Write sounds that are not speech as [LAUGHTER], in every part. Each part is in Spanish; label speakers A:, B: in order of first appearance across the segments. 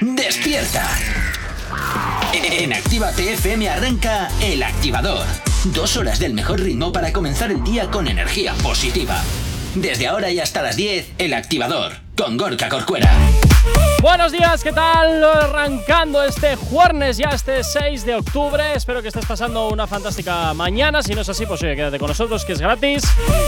A: Despierta. En Actívate FM arranca El Activador. Dos horas del mejor ritmo para comenzar el día con energía positiva. Desde ahora y hasta las 10, El Activador, con Gorka Corcuera.
B: Buenos días, ¿qué tal? Arrancando este jueves, ya este 6 de octubre. Espero que estés pasando una fantástica mañana. Si no es así, pues oye, quédate con nosotros, que es gratis.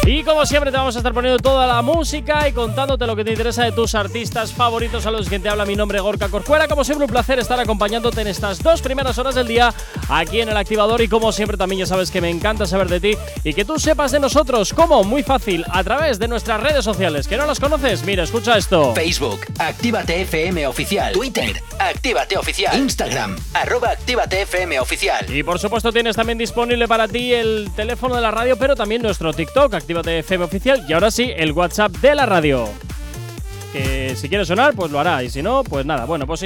B: Y como siempre, te vamos a estar poniendo toda la música y contándote lo que te interesa de tus artistas favoritos, a los que te habla mi nombre, Gorka Corcuera. Como siempre, un placer estar acompañándote en estas dos primeras horas del día aquí en el activador. Y como siempre, también ya sabes que me encanta saber de ti y que tú sepas de nosotros. ¿Cómo? Muy fácil, a través de nuestras redes sociales. ¿Que no las conoces? Mira, escucha esto.
A: Facebook, Actívate FM Oficial. Twitter, Actívate Oficial. Instagram, arroba Actívate FM Oficial.
B: Y por supuesto tienes también disponible para ti el teléfono de la radio, pero también nuestro TikTok, Actívate FM Oficial, y ahora sí, el WhatsApp de la radio. Que si quiere sonar, pues lo hará, y si no, pues nada. Bueno, pues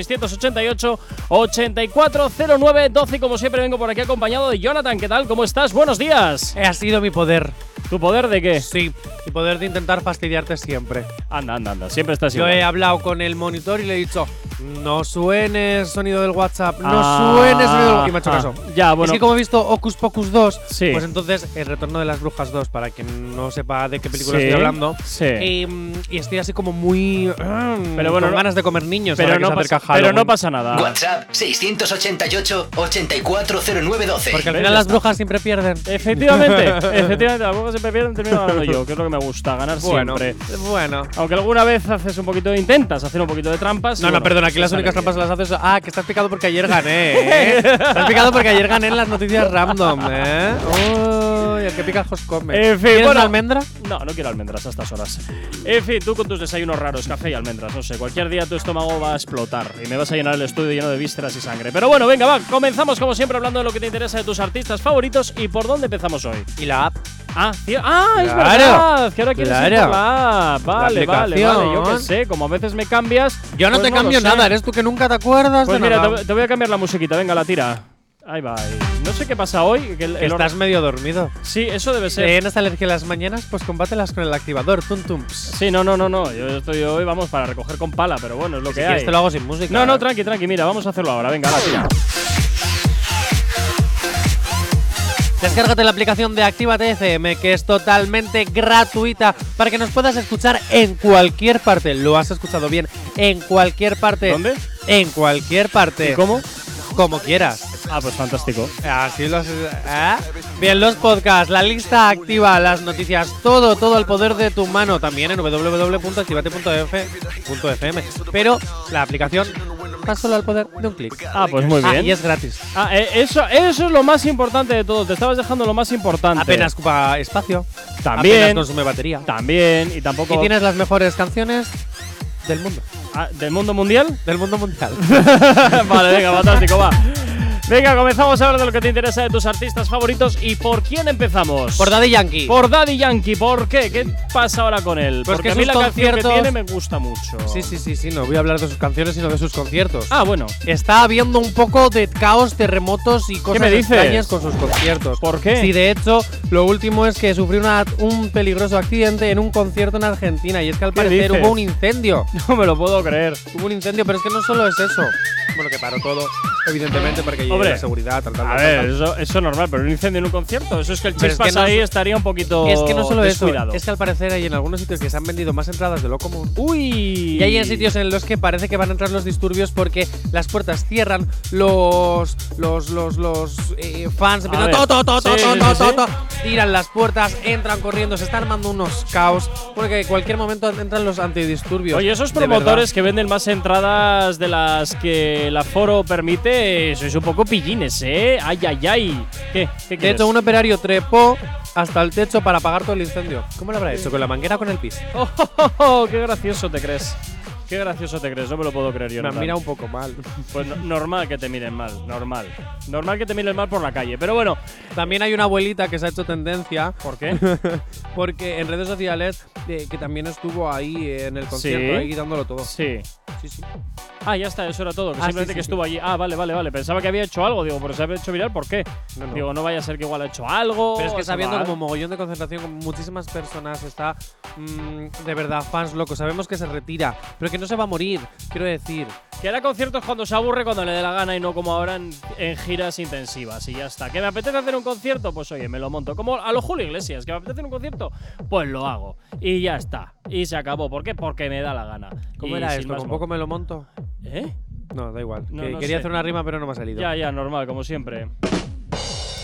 B: 688-8409-12, y como siempre vengo por aquí acompañado de Jonathan, ¿qué tal? ¿Cómo estás? Buenos días.
C: Eh, Ha sido mi poder.
B: ¿Tu poder de qué?
C: Sí, mi poder de intentar fastidiarte siempre.
B: Anda, anda, anda, siempre estás
C: Yo he
B: igual.
C: hablado con el monitor y le he dicho, no suene el sonido del WhatsApp, no
B: Ah,
C: suene el sonido del WhatsApp. Y me ha hecho caso.
B: ah, ya, bueno.
C: Es que como he visto Ocus Pocus 2,
B: Sí.
C: pues entonces El Retorno de las Brujas 2, para quien no sepa de qué película
B: Sí,
C: estoy hablando.
B: sí.
C: Y, mm, y estoy así como muy.
B: Pero bueno,
C: pero bueno,
B: no-
C: con ganas de comer niños.
B: Pero
C: ahora que
B: no,
C: se acerca
B: pasa, pero no
C: Halloween.
B: pasa nada.
A: WhatsApp 688 840912.
C: Porque al
B: ¿Ves?
C: final las brujas siempre pierden.
B: Eh,
C: [LAUGHS]
B: Efectivamente, efectivamente, las cosas se pierden, termino ganando yo, que es lo que me gusta, ganar
C: Bueno,
B: siempre.
C: bueno.
B: Aunque alguna vez haces un poquito, intentas hacer un poquito de trampas. y
C: No, no,
B: bueno, pues
C: perdona, aquí las
B: sale
C: únicas
B: bien.
C: trampas las haces. Ah, que estás picado porque ayer
B: [LAUGHS]
C: gané, ¿eh? estás picado porque ayer gané en las noticias random, ¿eh? Uy, el que picajos come.
B: En fin,
C: ¿Quieres
B: bueno.
C: una almendra?
B: No, no quiero almendras a estas horas. En fin, tú con tus desayunos raros, café y almendras, no sé, cualquier día tu estómago va a explotar y me vas a llenar el estudio lleno de vísceras y sangre. Pero bueno, venga, va, comenzamos como siempre hablando de lo que te interesa de tus artistas favoritos y por dónde empezamos hoy.
C: Y la app.
B: Ah, tío, ah, es
C: Claro,
B: verdad, que ahora quieres ir
C: claro.
B: por la app. Vale, vale, vale, yo qué
C: aplicación.
B: sé, como a veces me cambias.
C: Yo no
B: pues
C: te
B: lo
C: cambio
B: sé.
C: nada, eres tú que nunca te acuerdas
B: Pues
C: de
B: mira,
C: nada.
B: te, te voy a cambiar la musiquita, venga, la tira. Ahí va. ahí. No sé qué pasa hoy. que el-
C: Que
B: el hor-
C: estás medio dormido.
B: Sí, eso debe ser.
C: ¿Tienes alergia a las mañanas? Pues combátelas con el activador, tum tum. Si
B: Sí, no, no, no, no. Yo estoy hoy, vamos, para recoger con pala, pero bueno, es lo que hay.
C: quieres te lo hago sin música. ¿eh?
B: no, no, tranqui, tranqui, mira, vamos a hacerlo ahora. Venga, la tira.
C: Descárgate la aplicación de Actívate FM, que es totalmente gratuita, para que nos puedas escuchar en cualquier parte. Lo has escuchado bien, en cualquier parte.
B: ¿Dónde?
C: En cualquier parte.
B: ¿Y cómo?
C: Como quieras.
B: Ah, pues fantástico.
C: Así los. ¿ah? Bien, los podcasts, la lista activa, las noticias, todo, todo al poder de tu mano. También en www.activate.fm. Pero la aplicación está solo al poder de un clic.
B: Ah, pues muy
C: Ah,
B: bien.
C: y es gratis.
B: Ah, eh, eso, eso es lo más importante de todo. Te estabas dejando lo más importante.
C: Apenas ocupa espacio.
B: También.
C: Apenas consume batería.
B: También, y tampoco.
C: Y tienes las mejores canciones del mundo.
B: Ah, ¿Del mundo mundial? [LAUGHS]
C: Del mundo mundial.
B: vale, venga, fantástico, va. Venga, comenzamos a hablar de lo que te interesa de tus artistas favoritos y por quién empezamos.
C: Por Daddy Yankee.
B: Por Daddy Yankee, ¿por qué? ¿Qué pasa ahora con él?
C: Pues
B: Porque
C: que
B: a mí
C: sus
B: la canción que
C: conciertos-
B: tiene me gusta mucho.
C: Sí, sí, sí, sí. No voy a hablar de sus canciones, sino de sus conciertos.
B: Ah, bueno.
C: Está habiendo un poco de caos, terremotos y cosas
B: me dices?
C: extrañas con sus conciertos.
B: ¿Por qué?
C: Sí, de hecho, lo último es que sufrió una- un peligroso accidente en un concierto en Argentina y es que al
B: ¿Qué
C: parecer
B: dices?
C: hubo un incendio. [LAUGHS]
B: No me lo puedo creer.
C: Hubo un incendio, pero es que no solo es eso. Bueno, que paró todo, evidentemente, porque llega
B: Hombre.
C: la seguridad, tal, tal,
B: A
C: tal,
B: ver,
C: tal.
B: eso, eso es normal, pero un incendio en un concierto, eso es que el
C: Pero es
B: chispas
C: que no-
B: ahí estaría un poquito
C: Es que no solo
B: descuidado.
C: eso, es que al parecer hay en algunos sitios que se han vendido más entradas de lo común.
B: Uy.
C: Y hay en sitios en los que parece que van a entrar los disturbios porque las puertas cierran, los los los los eh, fans empiezan
B: ver.
C: to, to, to, to,
B: Sí,
C: to,
B: sí,
C: to,
B: sí.
C: to, to, tiran las puertas, entran corriendo, se están armando unos caos porque en cualquier momento entran los antidisturbios.
B: Oye, esos
C: De
B: promotores que venden más entradas de las que el aforo permite, sois un poco pillines, ¿eh? Ay, ay, ay. ¿Qué? ¿Qué
C: verdad. De
B: quieres?
C: hecho, un operario trepó hasta el techo para apagar todo el incendio. ¿Cómo lo habrá hecho? ¿Con la manguera o con el pis?
B: Oh, oh, oh, [LAUGHS] oh, ¡Qué gracioso te crees! ¡Qué gracioso te crees! No me lo puedo creer yo.
C: Me han mirado un poco mal.
B: Pues no- normal que te miren mal, normal. Normal que te miren mal por la calle. Pero bueno,
C: También hay una abuelita que se ha hecho tendencia [LAUGHS]
B: ¿por qué?
C: porque en redes sociales eh, que también estuvo ahí eh, en el concierto, ahí dándolo todo.
B: sí.
C: Sí, sí.
B: Ah, ya está, eso era todo. Que
C: Ah,
B: simplemente
C: sí, sí,
B: que
C: sí.
B: estuvo allí. Ah, vale, vale, vale. Pensaba que había hecho algo, digo, pero se había hecho viral, ¿por qué?
C: No, no.
B: Digo, no vaya a ser que igual ha hecho algo.
C: Pero es que
B: se
C: sabiendo
B: va-
C: como mogollón de concentración, con muchísimas personas, está mm, de verdad fans locos. Sabemos que se retira, pero que no se va a morir, quiero decir.
B: Que hará conciertos cuando se aburre, cuando le dé la gana y no como ahora en, en giras intensivas y ya está. ¿Que me apetece hacer un concierto? Pues oye, me lo monto. Como a lo Julio Iglesias, ¿que me apetece hacer un concierto? Pues lo hago. Y ya está. Y se acabó. ¿Por qué? Porque me da la gana.
C: ¿Cómo
B: Y
C: era
B: sin
C: esto?
B: más
C: ¿Con
B: mo-
C: poco me lo monto?
B: ¿Eh?
C: No, da igual.
B: No,
C: Que-
B: no
C: quería
B: sé.
C: hacer una rima, pero no me ha salido.
B: Ya, ya, normal, como siempre.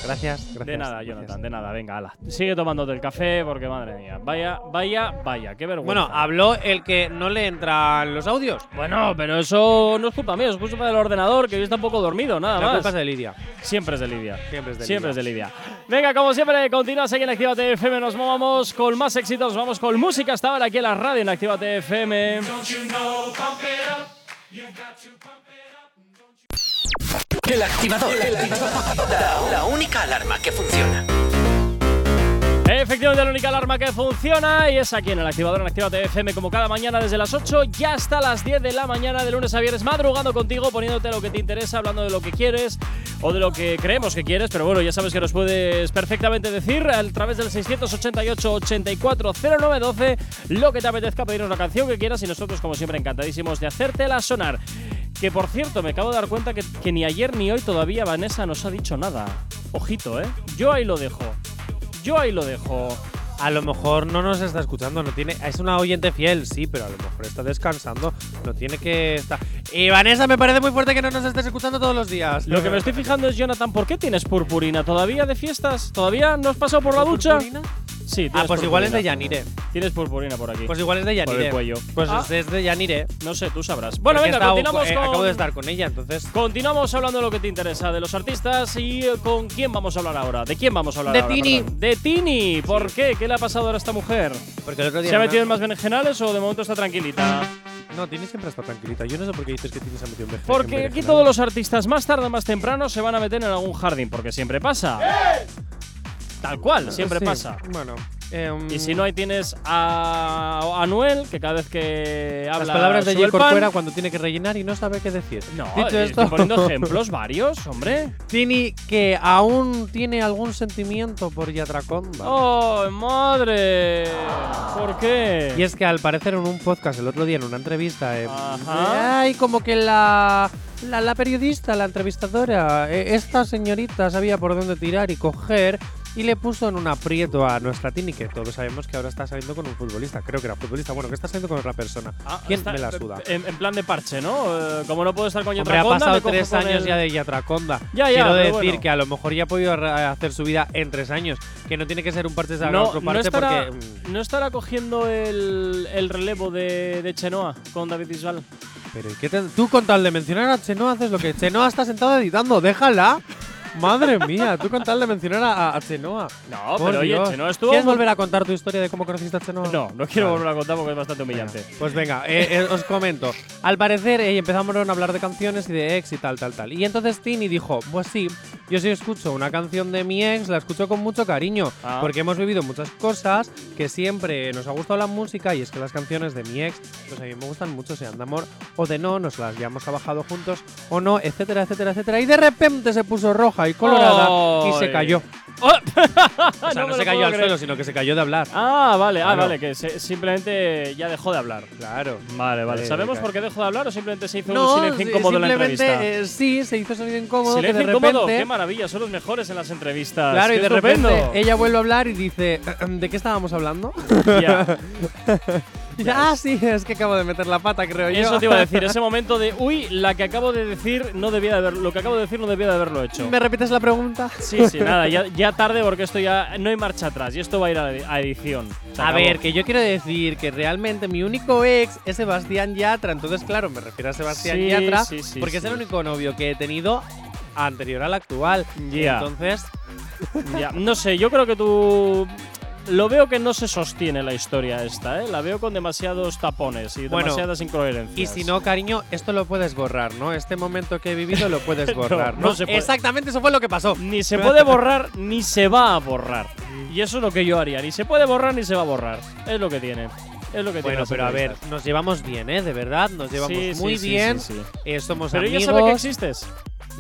C: Gracias, gracias.
B: de nada,
C: gracias.
B: Jonathan, de nada. Venga, ala. Sigue tomándote el café porque, madre mía. Vaya, vaya, vaya. Qué vergüenza.
C: Bueno, habló el que no le entran los audios.
B: Bueno, pero eso no es culpa mía, es culpa del ordenador, que hoy está un poco dormido, nada
C: La
B: más.
C: culpa es de Lidia.
B: Siempre es de Lidia.
C: Siempre es de Lidia.
B: Lidia. Venga, como siempre, continúa aquí en Actívate FM. Nos vamos con más éxitos. Vamos con música hasta ahora aquí en la radio en Actívate FM.
A: El activador. El activador. La, la única alarma que funciona.
B: Efectivamente, la única alarma que funciona y es aquí en el activador en Actívate FM, como cada mañana desde las 8 ya hasta las 10 de la mañana, de lunes a viernes, madrugando contigo, poniéndote lo que te interesa, hablando de lo que quieres o de lo que creemos que quieres, pero bueno, ya sabes que nos puedes perfectamente decir a través del 688-840912 lo que te apetezca, pedirnos la canción que quieras y nosotros, como siempre, encantadísimos de hacértela sonar. Que por cierto, me acabo de dar cuenta que, que ni ayer ni hoy todavía Vanessa nos ha dicho nada. Ojito, ¿eh? Yo ahí lo dejo. Yo ahí lo dejo.
C: A lo mejor no nos está escuchando, no tiene. Es una oyente fiel, sí, pero a lo mejor está descansando. No tiene que estar. Y Vanessa, me parece muy fuerte que no nos estés escuchando todos los días.
B: Lo que me estoy fijando es, Jonathan, ¿por qué tienes purpurina todavía de fiestas? ¿Todavía no has pasado por la ducha?
C: ¿Purpurina?
B: Sí, tienes
C: Ah, pues igual es de
B: purpurina.
C: Yanire.
B: Tienes purpurina por aquí.
C: Pues igual es de
B: Por el
C: Yanire.
B: cuello.
C: Pues
B: Ah.
C: es de Yanire.
B: no sé, tú sabrás. Bueno,
C: Porque he
B: venga,
C: estado-
B: continuamos
C: eh,
B: con.
C: Acabo de estar con ella, entonces.
B: Continuamos hablando de lo que te interesa, de los artistas y eh, con quién vamos a hablar ahora. ¿De quién vamos a hablar
C: De
B: ahora?
C: Tini.
B: perdón? De Tini. ¿Por qué? ¿Qué le ha pasado ahora a esta mujer?
C: Porque el otro día.
B: ¿Se ha
C: no-
B: metido en más berenjenales o de momento está tranquilita?
C: No, tienes siempre estar tranquilita. Yo no sé por qué dices que tienes metido en
B: Porque aquí todos
C: [LAUGHS]
B: los artistas, más tarde o más temprano, se van a meter en algún jardín, porque siempre pasa. Tal cual, siempre pasa.
C: Bueno. em,
B: Y si no, ahí tienes a Anuel, que cada vez que habla.
C: Las palabras de
B: sube
C: J.
B: el pan.
C: Corcuera cuando tiene que rellenar y no sabe qué decir.
B: No,
C: Dicho
B: eh,
C: esto,
B: estoy poniendo ejemplos varios, hombre.
C: [LAUGHS] Tini que aún tiene algún sentimiento por Yatraconda.
B: ¡Oh, madre! ¿Por qué?
C: Y es que al parecer en un podcast el otro día, en una entrevista, eh,
B: Ajá.
C: ay, como que la, la, la periodista, la entrevistadora, eh, esta señorita sabía por dónde tirar y coger y le puso en un aprieto a nuestra Tini, que todos sabemos que ahora está saliendo con un futbolista, creo que era futbolista, bueno, que está saliendo con otra persona.
B: Ah,
C: ¿Quién
B: está-
C: me la suda?
B: En, en plan de parche, ¿no? Eh, como no puedo estar con
C: Hombre, ha
B: Yotraconda,
C: pasado
B: me cojo
C: tres
B: con
C: años
B: el-
C: ya de Yatraconda.
B: Ya, ya,
C: Quiero
B: pero
C: decir
B: bueno.
C: que a lo mejor ya ha podido arra- hacer su vida en tres años. Que no tiene que ser un parche sagrado,
B: No,
C: otro
B: no,
C: parche
B: estará,
C: porque. mm,
B: no estará cogiendo el, el relevo de, de Chenoa con David Bisbal.
C: Pero ¿y qué te- tú con tal de mencionar a Chenoa haces lo que Chenoa está sentada editando, déjala. Madre mía, tú con tal de mencionar a, a Chenoa.
B: No,
C: Por
B: pero oye,
C: Dios.
B: Chenoa estuvo.
C: ¿Quieres volver a contar tu historia de cómo conociste a Chenoa?
B: No, no quiero
C: Vale.
B: volver a contar porque es bastante humillante.
C: Pues venga, eh, eh, os comento. Al parecer, eh, empezamos a hablar de canciones y de ex y tal, tal, tal. Y entonces Tini dijo, pues sí, yo sí escucho una canción de mi ex, la escucho con mucho cariño,
B: Ah.
C: porque hemos vivido muchas cosas que siempre nos ha gustado la música y es que las canciones de mi ex, pues a mí me gustan mucho, sean de amor o de no, nos las habíamos trabajado juntos o no, etcétera, etcétera, etcétera. Y de repente se puso roja y colorada
B: ¡Ay!
C: y se cayó. O sea,
B: [LAUGHS] Ah, No
C: no,
B: me lo
C: se cayó
B: puedo
C: al
B: creer.
C: suelo, sino que se cayó de hablar.
B: Ah, vale, ah,
C: Claro.
B: vale, que se- simplemente ya dejó de hablar.
C: Claro.
B: Vale, vale.
C: Eh,
B: ¿Sabemos
C: ca-
B: por qué dejó de hablar o simplemente se hizo un silencio
C: sí,
B: incómodo en la
C: simplemente,
B: entrevista?
C: eh, sí, se hizo sonido incómodo.
B: silencio
C: que de
B: incómodo,
C: repente,
B: qué maravilla, son los mejores en las entrevistas.
C: Claro, y
B: qué
C: de
B: estupendo.
C: repente ella vuelve a hablar y dice, "Em, ¿de qué
B: [LAUGHS]
C: estábamos hablando?
B: Ya,
C: Y [LAUGHS] dice, ah, sí, es que acabo de meter la pata, creo [LAUGHS] yo.
B: Eso te iba a decir, ese momento de, uy, la que acabo de decir no debía de haber, lo que acabo de decir no debía de haberlo hecho.
C: [LAUGHS] ¿Me repites la pregunta?
B: Sí, sí, nada, ya, ya tarde porque esto ya no hay marcha atrás y esto va a ir a, a edición. Se
C: A
B: acabó.
C: ver, que yo quiero decir que realmente mi único ex es Sebastián Yatra, entonces claro, me refiero a Sebastián
B: Sí,
C: Yatra,
B: sí, sí,
C: porque es
B: sí.
C: el único novio que he tenido anterior al actual.
B: Ya.
C: Entonces,
B: Ya, no sé, yo creo que tú. Lo veo que no se sostiene la historia esta, ¿eh? La veo con demasiados tapones y
C: Bueno,
B: demasiadas incoherencias.
C: Y si no, cariño, esto lo puedes borrar, ¿no? Este momento que he vivido lo puedes borrar,
B: [LAUGHS] no
C: ¿no?
B: se puede.
C: Exactamente, eso fue lo que pasó.
B: Ni se puede borrar ni se va a borrar. Y eso es lo que yo haría. Ni se puede borrar ni se va a borrar. Es lo que tiene. Es lo que tiene.
C: Bueno,
B: las
C: pero a ver,
B: entrevistas.
C: nos llevamos bien, ¿eh? De verdad, nos llevamos
B: Sí, sí,
C: muy
B: sí,
C: bien.
B: sí, sí.
C: eh, somos
B: Pero
C: amigos.
B: ella sabe que existes.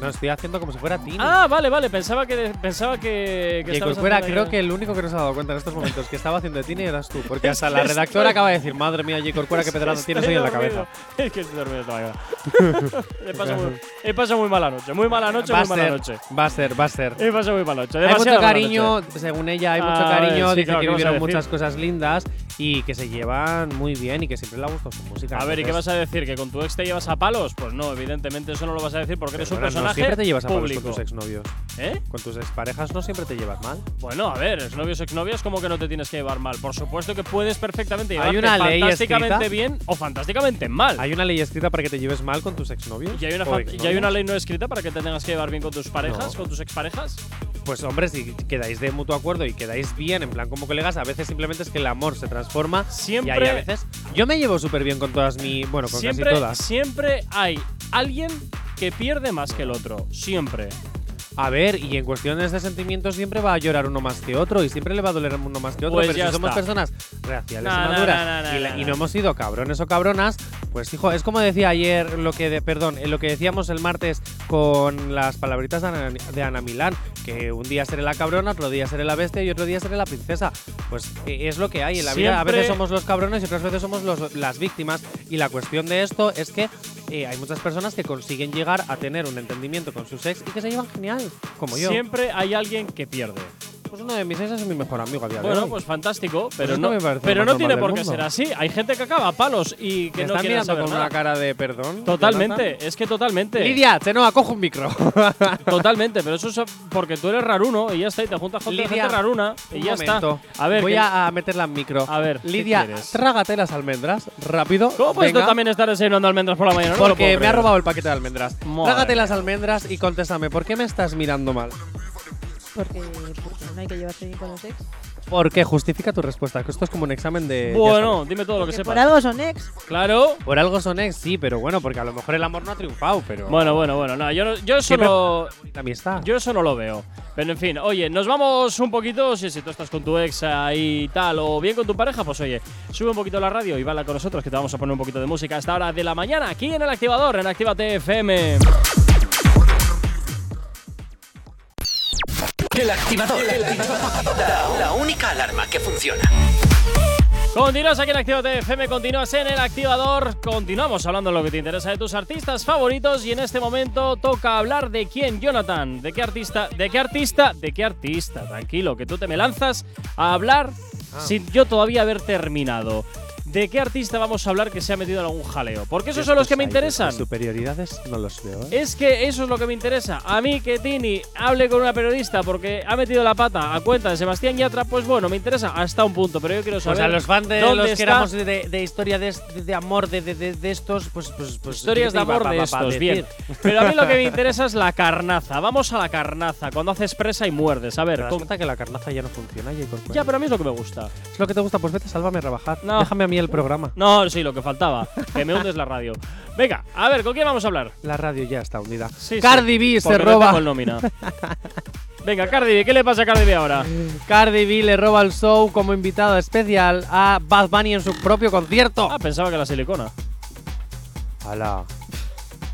C: No estoy haciendo como si fuera Tini.
B: Ah, vale, vale. Pensaba que. Pensaba que. que
C: Y
B: estabas
C: Corcuera,
B: haciendo
C: creo
B: ahí-
C: que el único que nos ha dado cuenta en estos momentos que estaba haciendo de Tini eras tú.
B: [LAUGHS]
C: Porque hasta la redactora acaba de decir, madre mía, J. Corcuera, qué pedrazo tienes
B: Estoy
C: hoy en la
B: dormido. [LAUGHS]
C: cabeza.
B: Es que estoy dormido toda la mañana.
C: [LAUGHS]
B: he, pasado muy, he pasado muy mala noche, muy mala noche,
C: va a
B: muy mala
C: ser,
B: noche.
C: Va a ser, va a ser.
B: He pasado muy mala noche.
C: Hay mucho
B: demasiado mala noche.
C: cariño, según ella, hay mucho
B: A ver,
C: cariño.
B: sí, claro, ¿qué
C: dice que
B: vas a
C: vivieron
B: decir?
C: muchas cosas lindas y que se llevan muy bien y que siempre le ha gustado su música.
B: A ver, ¿y qué
C: entonces-
B: vas a decir? ¿Que con tu ex te llevas a palos? Pues no, evidentemente eso no lo vas a decir porque eres un
C: Perdona,
B: personaje
C: no siempre te llevas a palos
B: público.
C: con tus exnovios.
B: ¿Eh?
C: Con tus exparejas no siempre te llevas mal.
B: Bueno, a ver, exnovios, exnovias, ¿cómo que no te tienes que llevar mal? Por supuesto que puedes perfectamente
C: Hay
B: llevarte
C: una ley
B: fantásticamente
C: escrita.
B: bien o fantásticamente mal.
C: ¿Hay una ley escrita para que te lleves mal con tus exnovios?
B: ¿Y hay, una
C: o
B: fan-
C: exnovios?
B: y hay una ley no escrita para que te tengas que llevar bien con tus parejas,
C: No.
B: con tus exparejas?
C: Pues hombre, si quedáis de mutuo acuerdo y quedáis bien, en plan como colegas, a veces simplemente es que el amor se transforma.
B: Siempre-
C: Y hay a veces. Yo me llevo súper bien con todas mi. Bueno, con
B: Siempre,
C: casi todas.
B: siempre hay alguien que pierde más que el otro. Siempre.
C: A ver, y en cuestiones de sentimientos siempre va a llorar uno más que otro y siempre le va a doler uno más que otro.
B: Pues
C: pero
B: ya
C: si somos
B: está.
C: personas raciales
B: No, no,
C: y maduras
B: no, no,
C: y, la-
B: no,
C: y
B: no.
C: no hemos sido cabrones o cabronas, pues hijo, es como decía ayer lo que, de- perdón, eh, lo que decíamos el martes con las palabritas de Ana, de Ana Milán, que un día seré la cabrona, otro día seré la bestia y otro día seré la princesa. Pues eh, es lo que hay en la vida. A
B: Siempre-
C: veces somos los cabrones y otras veces somos los- las víctimas. Y la cuestión de esto es que eh, hay muchas personas que consiguen llegar a tener un entendimiento con sus ex y que se llevan genial, como yo.
B: Siempre hay alguien que pierde.
C: Pues uno de mis ex es mi mejor amigo a día de
B: Bueno,
C: hoy.
B: pues fantástico, pero
C: esto
B: no,
C: me parece
B: pero
C: lo
B: no
C: más
B: tiene por
C: normal del
B: qué
C: mundo.
B: ser así. Hay gente que acaba a palos y que
C: Me
B: no
C: están
B: quiere
C: mirando
B: saber
C: con
B: nada.
C: una cara de perdón.
B: Totalmente,
C: Jonathan.
B: es que totalmente.
C: Lidia, Chenoa, cojo un micro.
B: Totalmente, pero eso es porque tú eres raruno y ya está, y te juntas con otra
C: Lidia,
B: gente raruna [LAUGHS] y
C: Un
B: ya
C: momento.
B: está. A ver,
C: voy
B: que-
C: a a meterla en micro.
B: A ver, ¿qué
C: Lidia,
B: quieres?
C: trágate las almendras, rápido.
B: ¿cómo puedes tú
C: venga,
B: también estar desayunando almendras por la mañana? No lo puedo
C: Porque me ha
B: creer.
C: robado el paquete de almendras.
B: Madre
C: Trágate
B: mía.
C: las almendras y contéstame, ¿por qué me estás mirando mal?
D: Porque, porque no hay que llevarse bien con los ex.
C: Porque justifica tu respuesta, que esto es como un examen de. ya
B: Bueno, dime todo lo que
D: Porque
B: sepas.
D: por algo son ex.
B: Claro.
C: sabes. Por algo son ex, sí, pero bueno, porque a lo mejor el amor no ha triunfado, pero.
B: Bueno, bueno, bueno, no, yo, no- yo eso
C: Siempre-
B: no,
C: La amistad.
B: yo eso no lo veo. Pero en fin, oye, nos vamos un poquito, si, si tú estás con tu ex ahí y tal, o bien con tu pareja, pues oye, sube un poquito la radio y bala con nosotros, que te vamos a poner un poquito de música a esta hora de la mañana, aquí en El Activador, en Actívate FM.
A: El activador. El activador. La, la única alarma que funciona.
B: Continúas aquí en Actívate FM, continúas en el activador, continuamos hablando de lo que te interesa de tus artistas favoritos y en este momento toca hablar de quién, Jonathan, de qué artista, de qué artista, de qué artista, tranquilo, que tú te me lanzas a hablar sin yo todavía haber terminado. ¿De qué artista vamos a hablar que se ha metido en algún jaleo? Porque esos son los que me
C: Estos aires de
B: interesan.
C: Superioridades no los veo. ¿eh?
B: Es que eso es lo que me interesa. A mí que Tini hable con una periodista porque ha metido la pata a cuenta de Sebastián Yatra, pues bueno, me interesa hasta un punto, pero yo quiero
C: O
B: saber.
C: sea, Pues los fans de
B: dónde
C: los que
B: está-
C: éramos de, de historia de, est- de amor de, de- de- de estos, pues, pues, pues
B: Historias de
C: ¿qué te iba
B: amor
C: pa-
B: de
C: pa- pa
B: estos,
C: decir?
B: bien. Pero a mí lo que me interesa es la carnaza. Vamos a la carnaza. Cuando haces presa y muerdes. A
C: ¿Te
B: ver,
C: das
B: con-
C: cuenta que la carnaza ya no funciona, Jacob?
B: ya, pero a mí es lo que me gusta.
C: Es lo que te gusta, pues vete, sálvame a rebajar.
B: No.
C: Déjame a mí el programa.
B: No, sí, lo que faltaba. Que me hundes la radio. Venga, a ver, ¿con quién vamos a hablar?
C: La radio ya está hundida.
B: Sí, sí,
C: Cardi B se
B: porque no
C: roba.
B: tengo el nómina. Venga, Cardi B, ¿qué le pasa a Cardi B ahora?
C: Cardi B le roba el show como invitado especial a Bad Bunny en su propio concierto.
B: Ah, pensaba que la silicona.
C: Ala.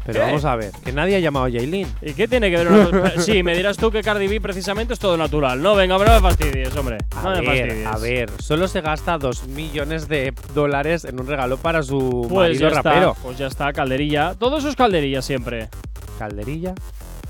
C: Pero
B: ¿Qué?
C: vamos a ver, que nadie ha llamado a Jailin.
B: ¿Y qué tiene que ver una cosa? Sí, me dirás tú que Cardi B precisamente es todo natural. No, venga, pero no me fastidies, hombre.
C: A
B: No me
C: ver,
B: fastidies.
C: a ver, solo se gasta 2 millones de dólares en un regalo para su
B: Pues ya
C: marido rapero.
B: está, pues ya está, calderilla. Todo eso es calderilla siempre.
C: Calderilla.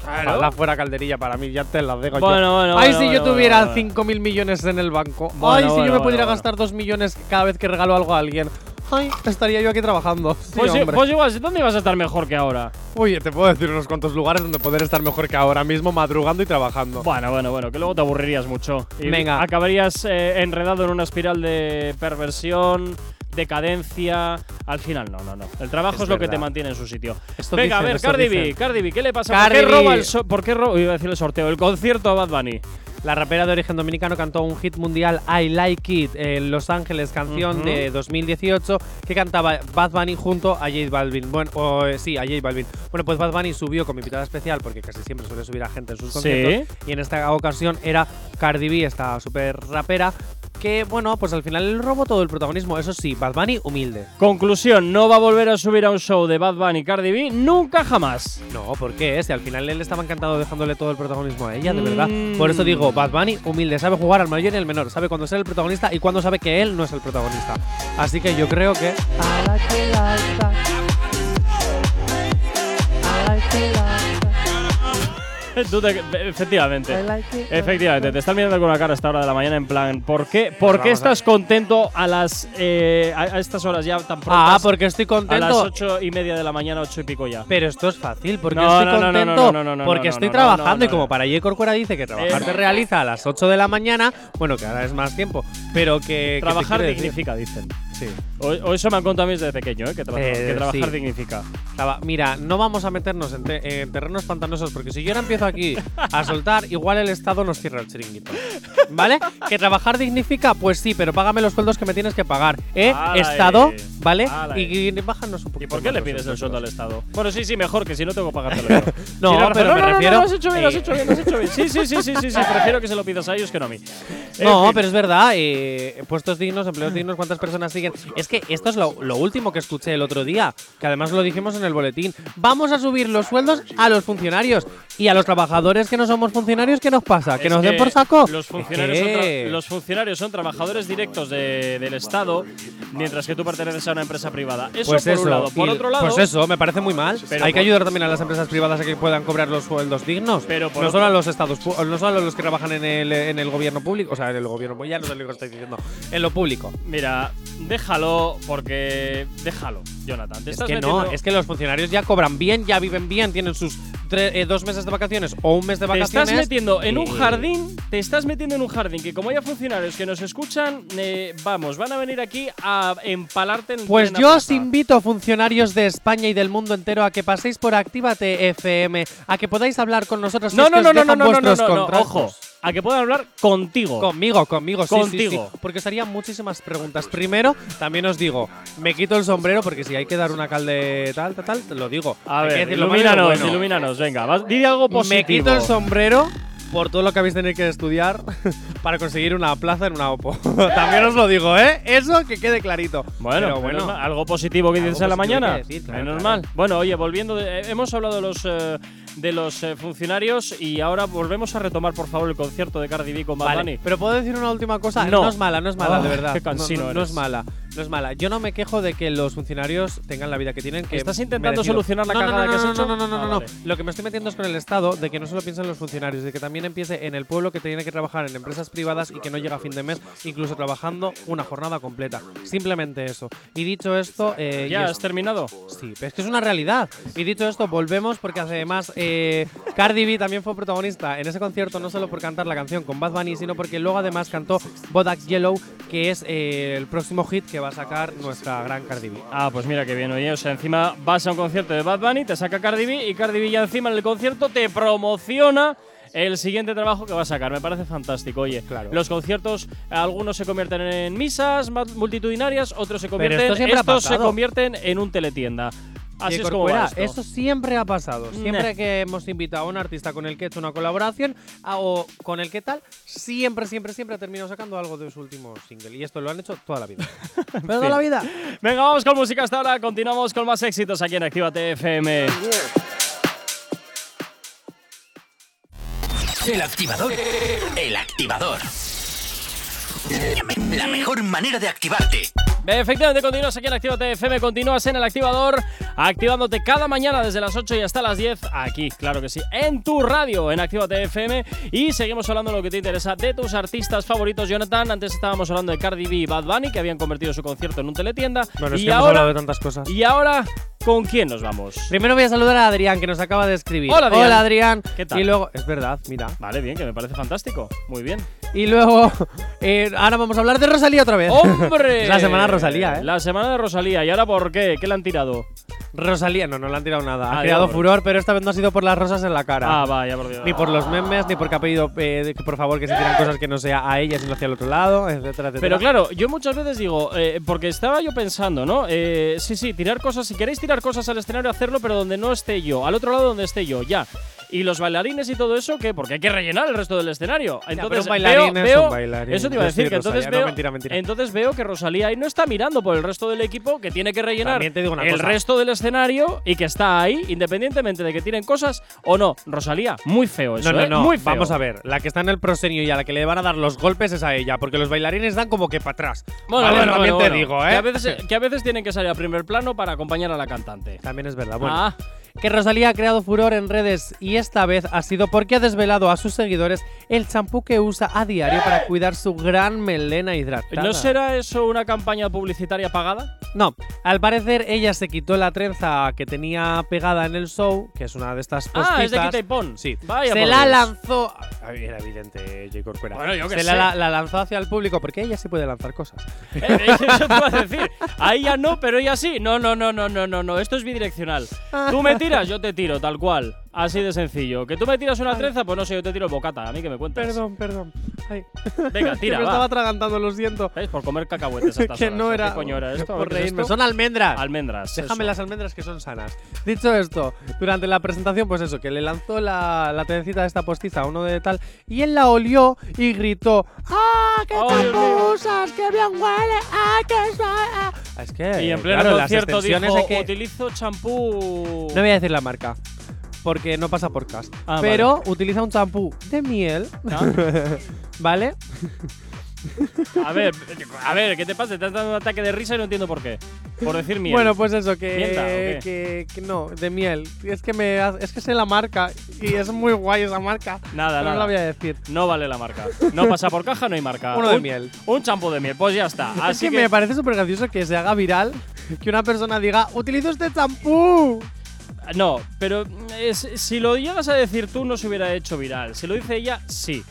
B: Claro.
C: Ojalá fuera calderilla para mí, ya te las dejo yo.
B: Bueno, bueno,
C: Ay,
B: bueno,
C: si
B: bueno,
C: yo tuviera
B: bueno,
C: 5 mil millones en el banco.
B: Bueno,
C: Ay, si
B: bueno,
C: yo me
B: bueno,
C: pudiera
B: bueno.
C: gastar 2 millones cada vez que regalo algo a alguien. Ay, estaría yo aquí trabajando. Sí,
B: Pues, i-
C: hombre.
B: pues igual, ¿dónde ibas a estar mejor que ahora?
C: Oye, te puedo decir unos cuantos lugares donde poder estar mejor que ahora mismo, madrugando y trabajando.
B: Bueno, bueno, bueno, que luego te aburrirías mucho. Y
C: Oh. Venga.
B: Acabarías eh, enredado en una espiral de perversión, decadencia. Al final, no, no, no. El trabajo es,
C: Es
B: lo que
C: verdad.
B: te mantiene en su sitio.
C: Esto
B: Venga,
C: dicen,
B: a ver,
C: esto
B: Cardi B,
C: dicen.
B: Cardi B, ¿qué le pasa?
C: Cardi
B: ¿Por qué
C: B.
B: roba el so- ¿Por qué roba? Iba a decir el sorteo, el concierto a Bad Bunny.
C: La rapera de origen dominicano cantó un hit mundial, I Like It, en Los Ángeles, canción
B: Ujú.
C: de 2018, que cantaba Bad Bunny junto a J Balvin. Bueno, o, eh, sí, a J Balvin. Bueno, pues Bad Bunny subió como invitada especial, porque casi siempre suele subir a gente en sus
B: Sí.
C: conciertos. Y en esta ocasión era Cardi B, esta super rapera, que, bueno, pues al final él robó todo el protagonismo. Eso sí, Bad Bunny humilde.
B: Conclusión, no va a volver a subir a un show de Bad Bunny Cardi B nunca jamás.
C: No, ¿por qué? Si al final él estaba encantado dejándole todo el protagonismo a ella, de verdad.
B: Mm.
C: Por eso digo, Bad Bunny, humilde, sabe jugar al mayor y al menor, sabe cuándo ser el protagonista y cuándo sabe que él no es el protagonista. Así que yo creo que...
D: Para que la
B: Tú te- efectivamente.
D: I like it.
B: Efectivamente, te están mirando con la cara a esta hora de la mañana en plan, ¿por qué, por qué
C: Vamos a-
B: estás contento a las eh, a a estas horas ya tan prontas?
C: Ah, porque estoy
B: a las
C: contento.
B: ocho y media de la mañana, ocho y pico ya.
C: Pero esto es fácil, porque
B: No,
C: estoy
B: no, no, no,
C: contento,
B: no, no, no, no,
C: porque
B: no,
C: estoy
B: no,
C: trabajando
B: no, no,
C: y como
B: no.
C: para J. Corcuera dice que trabajar se
B: Exacto.
C: realiza a las 8 de la mañana, bueno, que ahora es más tiempo, pero que... que te
B: trabajar
C: quiero decir-
B: dignifica, dicen.
C: Sí.
B: O, o eso me han contado a mí desde pequeño, ¿eh? que, tra-
C: Eh,
B: que trabajar
C: sí.
B: dignifica.
C: Traba- Mira, no vamos a meternos en, te- en terrenos pantanosos, porque si yo ahora empiezo aquí a soltar, igual el Estado nos cierra el chiringuito. ¿Vale? ¿Que trabajar dignifica? Pues sí, pero págame los sueldos que me tienes que pagar. ¿Eh?
B: Ala,
C: Estado,
B: eh.
C: ¿vale?
B: Ala,
C: Y,
B: eh.
C: y bájanos un
B: ¿Y
C: poquito.
B: por qué
C: más
B: le
C: los
B: pides el sueldo al
C: impuestos.
B: Estado? Bueno, sí, sí, mejor que si no tengo que pagártelo yo.
C: No,
B: Si
C: pero me refiero-
B: lo has hecho bien, lo has hecho bien, lo has hecho bien. Sí, sí, sí, sí, sí, sí, prefiero que se lo pidas a ellos que no a mí. En
C: No,
B: fin.
C: pero es verdad, eh, puestos dignos, empleos dignos, ¿cuántas personas siguen? Es que esto es lo, lo último que escuché el otro día, que además lo dijimos en el boletín. Vamos a subir los sueldos a los funcionarios y a los trabajadores que no somos funcionarios, ¿qué nos pasa? ¿Que
B: Es
C: nos den
B: que
C: por saco?
B: Los
C: Es
B: funcionarios,
C: que-
B: son tra- los funcionarios son trabajadores directos de- del Estado, mientras que tú perteneces a una empresa privada. Eso
C: Pues
B: por
C: eso,
B: un lado. Por
C: y-
B: otro lado,
C: pues eso, me parece muy mal.
B: Pero
C: Hay que
B: por-
C: ayudar también a las empresas privadas a que puedan cobrar los sueldos dignos.
B: Pero por
C: no
B: otro-
C: solo a los estados, pu- no solo a los que trabajan en el, en el gobierno público, o sea, en el gobierno, ya no sé lo que estoy diciendo, en lo público.
B: mira, déjalo porque déjalo, Jonathan. Te
C: Es
B: estás
C: que
B: metiendo,
C: no, es que los funcionarios ya cobran bien, ya viven bien, tienen sus tre- eh, dos meses de vacaciones o un mes de
B: te
C: vacaciones. Eh,
B: estás metiendo en
C: y-
B: un jardín, te estás metiendo en un jardín que como haya funcionarios que nos escuchan, eh, vamos, van a venir aquí a empalarte en
C: Pues
B: plena
C: yo os
B: plaza.
C: invito, funcionarios de España y del mundo entero, a que paséis por Actívate FM, a que podáis hablar con nosotros. si
B: No,
C: es que
B: no,
C: os
B: no, no, no,
C: dejan
B: no, no, no,
C: vuestros
B: no,
C: contratos.
B: ojo, a que puedan hablar contigo.
C: Conmigo, conmigo, sí, sí,
B: Contigo.
C: sí, Porque os haría muchísimas preguntas. Primero, también os digo, me quito el sombrero porque si hay que dar una calde tal, tal, tal, lo digo.
B: a
C: Hay que
B: ver,
C: decir lo malo y lo
B: ilumínanos,
C: bueno.
B: ilumínanos, venga, vas, di algo positivo.
C: Me quito el sombrero por todo lo que habéis tenido que estudiar [LAUGHS] para conseguir una plaza en una OPO. [LAUGHS] También os lo digo, ¿eh? Eso que quede clarito.
B: Bueno, pues
C: Pero
B: menos mal. algo positivo que
C: algo
B: dices a la
C: positivo hay
B: mañana.
C: que decir, claro,
B: menos
C: claro.
B: mal. Bueno, oye, volviendo, de- eh, hemos hablado de los eh, de los eh, funcionarios y ahora volvemos a retomar, por favor, el concierto de Cardi B con Bad
C: Vale,
B: Bunny.
C: pero puedo decir una última cosa.
B: No.
C: No, es mala, no es mala,
B: Ah,
C: de verdad.
B: qué
C: No, no,
B: cansino
C: no,
B: eres.
C: es mala, no es mala. Yo no me quejo de que los funcionarios tengan la vida que tienen. Que
B: ¿Estás intentando
C: merecido.
B: solucionar la
C: No, no,
B: cagada
C: no,
B: que has
C: no,
B: hecho?
C: No, no, no,
B: Ah,
C: no, no.
B: vale.
C: Lo que me estoy metiendo es con el Estado de que no solo piensen los funcionarios, de que también empiece en el pueblo que tiene que trabajar en empresas privadas y que no llega a fin de mes, incluso trabajando una jornada completa. Simplemente eso. Y dicho esto, eh,
B: ¿Ya
C: y
B: has terminado?
C: Sí, pero es que es una realidad. Y dicho esto, volvemos porque además eh, Cardi B también fue protagonista en ese concierto, no solo por cantar la canción con Bad Bunny, sino porque luego además cantó Bodak Yellow, que es eh, el próximo hit que va a sacar nuestra gran Cardi B.
B: Ah, pues mira qué bien, oye. O sea, encima vas a un concierto de Bad Bunny, te saca Cardi B y Cardi B ya encima en el concierto te promociona el siguiente trabajo que va a sacar. Me parece fantástico, oye.
C: Claro.
B: Los conciertos, algunos se convierten en misas ma- multitudinarias, otros se convierten,
C: esto siempre ha
B: estos se
C: pasado.
B: convierten en un teletienda. Así es
C: Que
B: como
C: Corcuera,
B: va esto.
C: Eso siempre ha pasado. Siempre
B: Nah.
C: que hemos invitado a un artista con el que he hecho una colaboración a- o con el que tal, siempre, siempre, siempre ha terminado sacando algo de su último single. Y esto lo han hecho toda la vida. Pero toda la vida.
B: Venga, vamos con música hasta ahora. Continuamos con más éxitos aquí en Actívate FM.
A: El activador. El activador. La mejor manera de activarte.
B: Efectivamente, continúas aquí en Actívate FM, continúas en el activador, activándote cada mañana desde las 8 y hasta las 10, aquí, claro que sí, en tu radio, en Actívate FM, y seguimos hablando de lo que te interesa, de tus artistas favoritos, Jonathan, antes estábamos hablando de Cardi B y Bad Bunny, que habían convertido su concierto en un teletienda,
C: Bueno, es
B: y,
C: que hemos hablado
B: ahora,
C: de tantas cosas.
B: y ahora, ¿con quién nos vamos?
C: Primero voy a saludar a Adrián, que nos acaba de escribir.
B: Hola, Adrián.
C: Adrián.
B: ¿Qué tal?
C: Y luego, es verdad, mira.
B: Vale, bien, que me parece fantástico, muy
C: [LAUGHS]
B: bien.
C: Y luego, eh, ahora vamos a hablar de Rosalía otra vez.
B: ¡Hombre!
C: [LAUGHS] Es la semana de Rosalía, ¿eh?
B: La semana de Rosalía, ¿y ahora por qué? ¿Qué le han tirado?
C: Rosalía, no, no le han tirado nada. Ha
B: Ah,
C: creado
B: digo, por-
C: furor, pero esta vez no ha sido por las rosas en la cara.
B: Ah, vaya, por Dios.
C: ni por los memes, ni porque ha pedido, eh, de que por favor, que se
B: [LAUGHS]
C: tiran cosas que no sea a ella, sino hacia el otro lado, etcétera, etcétera.
B: Pero claro, yo muchas veces digo, eh, porque estaba yo pensando, ¿no? Eh, sí, sí, tirar cosas, si queréis tirar cosas al escenario, hacerlo, pero donde no esté yo, al otro lado donde esté yo, ya. Y los bailarines y todo eso, ¿qué? Porque hay que rellenar el resto del escenario.
C: pero
B: Entonces,
C: un bailarín
B: veo,
C: es un
B: veo-
C: bailarín.
B: Eso te iba a
C: Yo soy
B: decir, que entonces
C: Rosalía. No,
B: veo,
C: mentira, mentira.
B: entonces veo que Rosalía ahí no está mirando por el resto del equipo, que tiene que rellenar
C: También te digo una
B: el
C: cosa.
B: resto del escenario y que está ahí, independientemente de que tiren cosas o no. Rosalía, muy feo eso,
C: No, no,
B: ¿eh?
C: no.
B: Muy feo.
C: Vamos a ver. La que está en el proscenio y a la que le van a dar los golpes es a ella, porque los bailarines dan como que para atrás.
B: Bueno,
C: Vale,
B: bueno,
C: también
B: bueno,
C: te
B: bueno.
C: digo, ¿eh?
B: Que a, veces, que a veces tienen que salir a primer plano para acompañar a la cantante.
C: [LAUGHS] También es verdad. Ah, Bueno,
B: Ah.
C: que Rosalía ha creado furor en redes y esta vez ha sido porque ha desvelado a sus seguidores el champú que usa a diario para cuidar su gran melena hidratada.
B: ¿No será eso una campaña publicitaria pagada?
C: No, al parecer ella se quitó la trenza que tenía pegada en el show, que es una de estas postitas.
B: Ah, es de quita y pon.
C: Pues Sí.
B: Vaya
C: se
B: por
C: la
B: Dios.
C: lanzó. Ay, Era evidente, J. Corcuera.
B: Bueno, yo qué
C: se
B: sé.
C: La, la lanzó hacia el público porque ella sí puede lanzar cosas.
B: [LAUGHS] Eh, Eso te iba a decir. A ella no, pero ella sí. No, no, no, no, no, no, no. Esto es bidireccional. Tú me tiras, yo te tiro, tal cual. Así de sencillo. Que tú me tiras una trenza, pues no sé, yo te tiro el bocata. A mí que me cuentas.
C: Perdón, perdón. Ay. [LAUGHS]
B: Venga,
C: que
B: tira,
C: me
B: va.
C: estaba atragantando, lo siento.
B: ¿Sabes? Por comer
C: [LAUGHS]
B: cacahuetes a estas
C: que
B: horas.
C: no era.
B: ¿Qué coño
C: [LAUGHS]
B: era esto?
C: Por
B: ¿Qué es
C: reírme.
B: esto?
C: Son almendras.
B: Almendras.
C: Déjame
B: eso.
C: las almendras que son sanas. Dicho esto, durante la presentación, pues eso, que le lanzó la, la trencita de esta postiza a uno de tal, y él la olió y gritó: ¡Ah, qué
B: Oh, Dios mío.
C: champú usas! ¡Qué bien huele! ¡Ah, qué suave! Es que.
B: Y en pleno
C: Eh, claro, las
B: concierto
C: extensiones
B: dijo,
C: de que-
B: utilizo champú...
C: No voy a decir la marca. Porque no pasa por cas.
B: Ah,
C: pero utiliza un champú de miel,
B: Ah,
C: ¿vale?
B: A ver, a ver, ¿qué te pasa? Te has dado un ataque de risa y no entiendo por qué. Por decir miel.
C: Bueno, pues eso, que,
B: ¿Mierda o qué?
C: que, que no, de miel. Es que me ha- es que sé la marca y es muy guay esa marca.
B: Nada,
C: pero
B: nada.
C: No la voy a decir.
B: No vale la marca. No pasa por caja, no hay marca.
C: Uno de
B: Un-
C: miel.
B: Un champú de miel, pues ya está. Así
C: es que,
B: que,
C: me parece súper gracioso que se haga viral que una persona diga, utilizo este champú.
B: No, pero mm, es- si lo llegas a decir tú, no se hubiera hecho viral. Si lo dice ella, sí.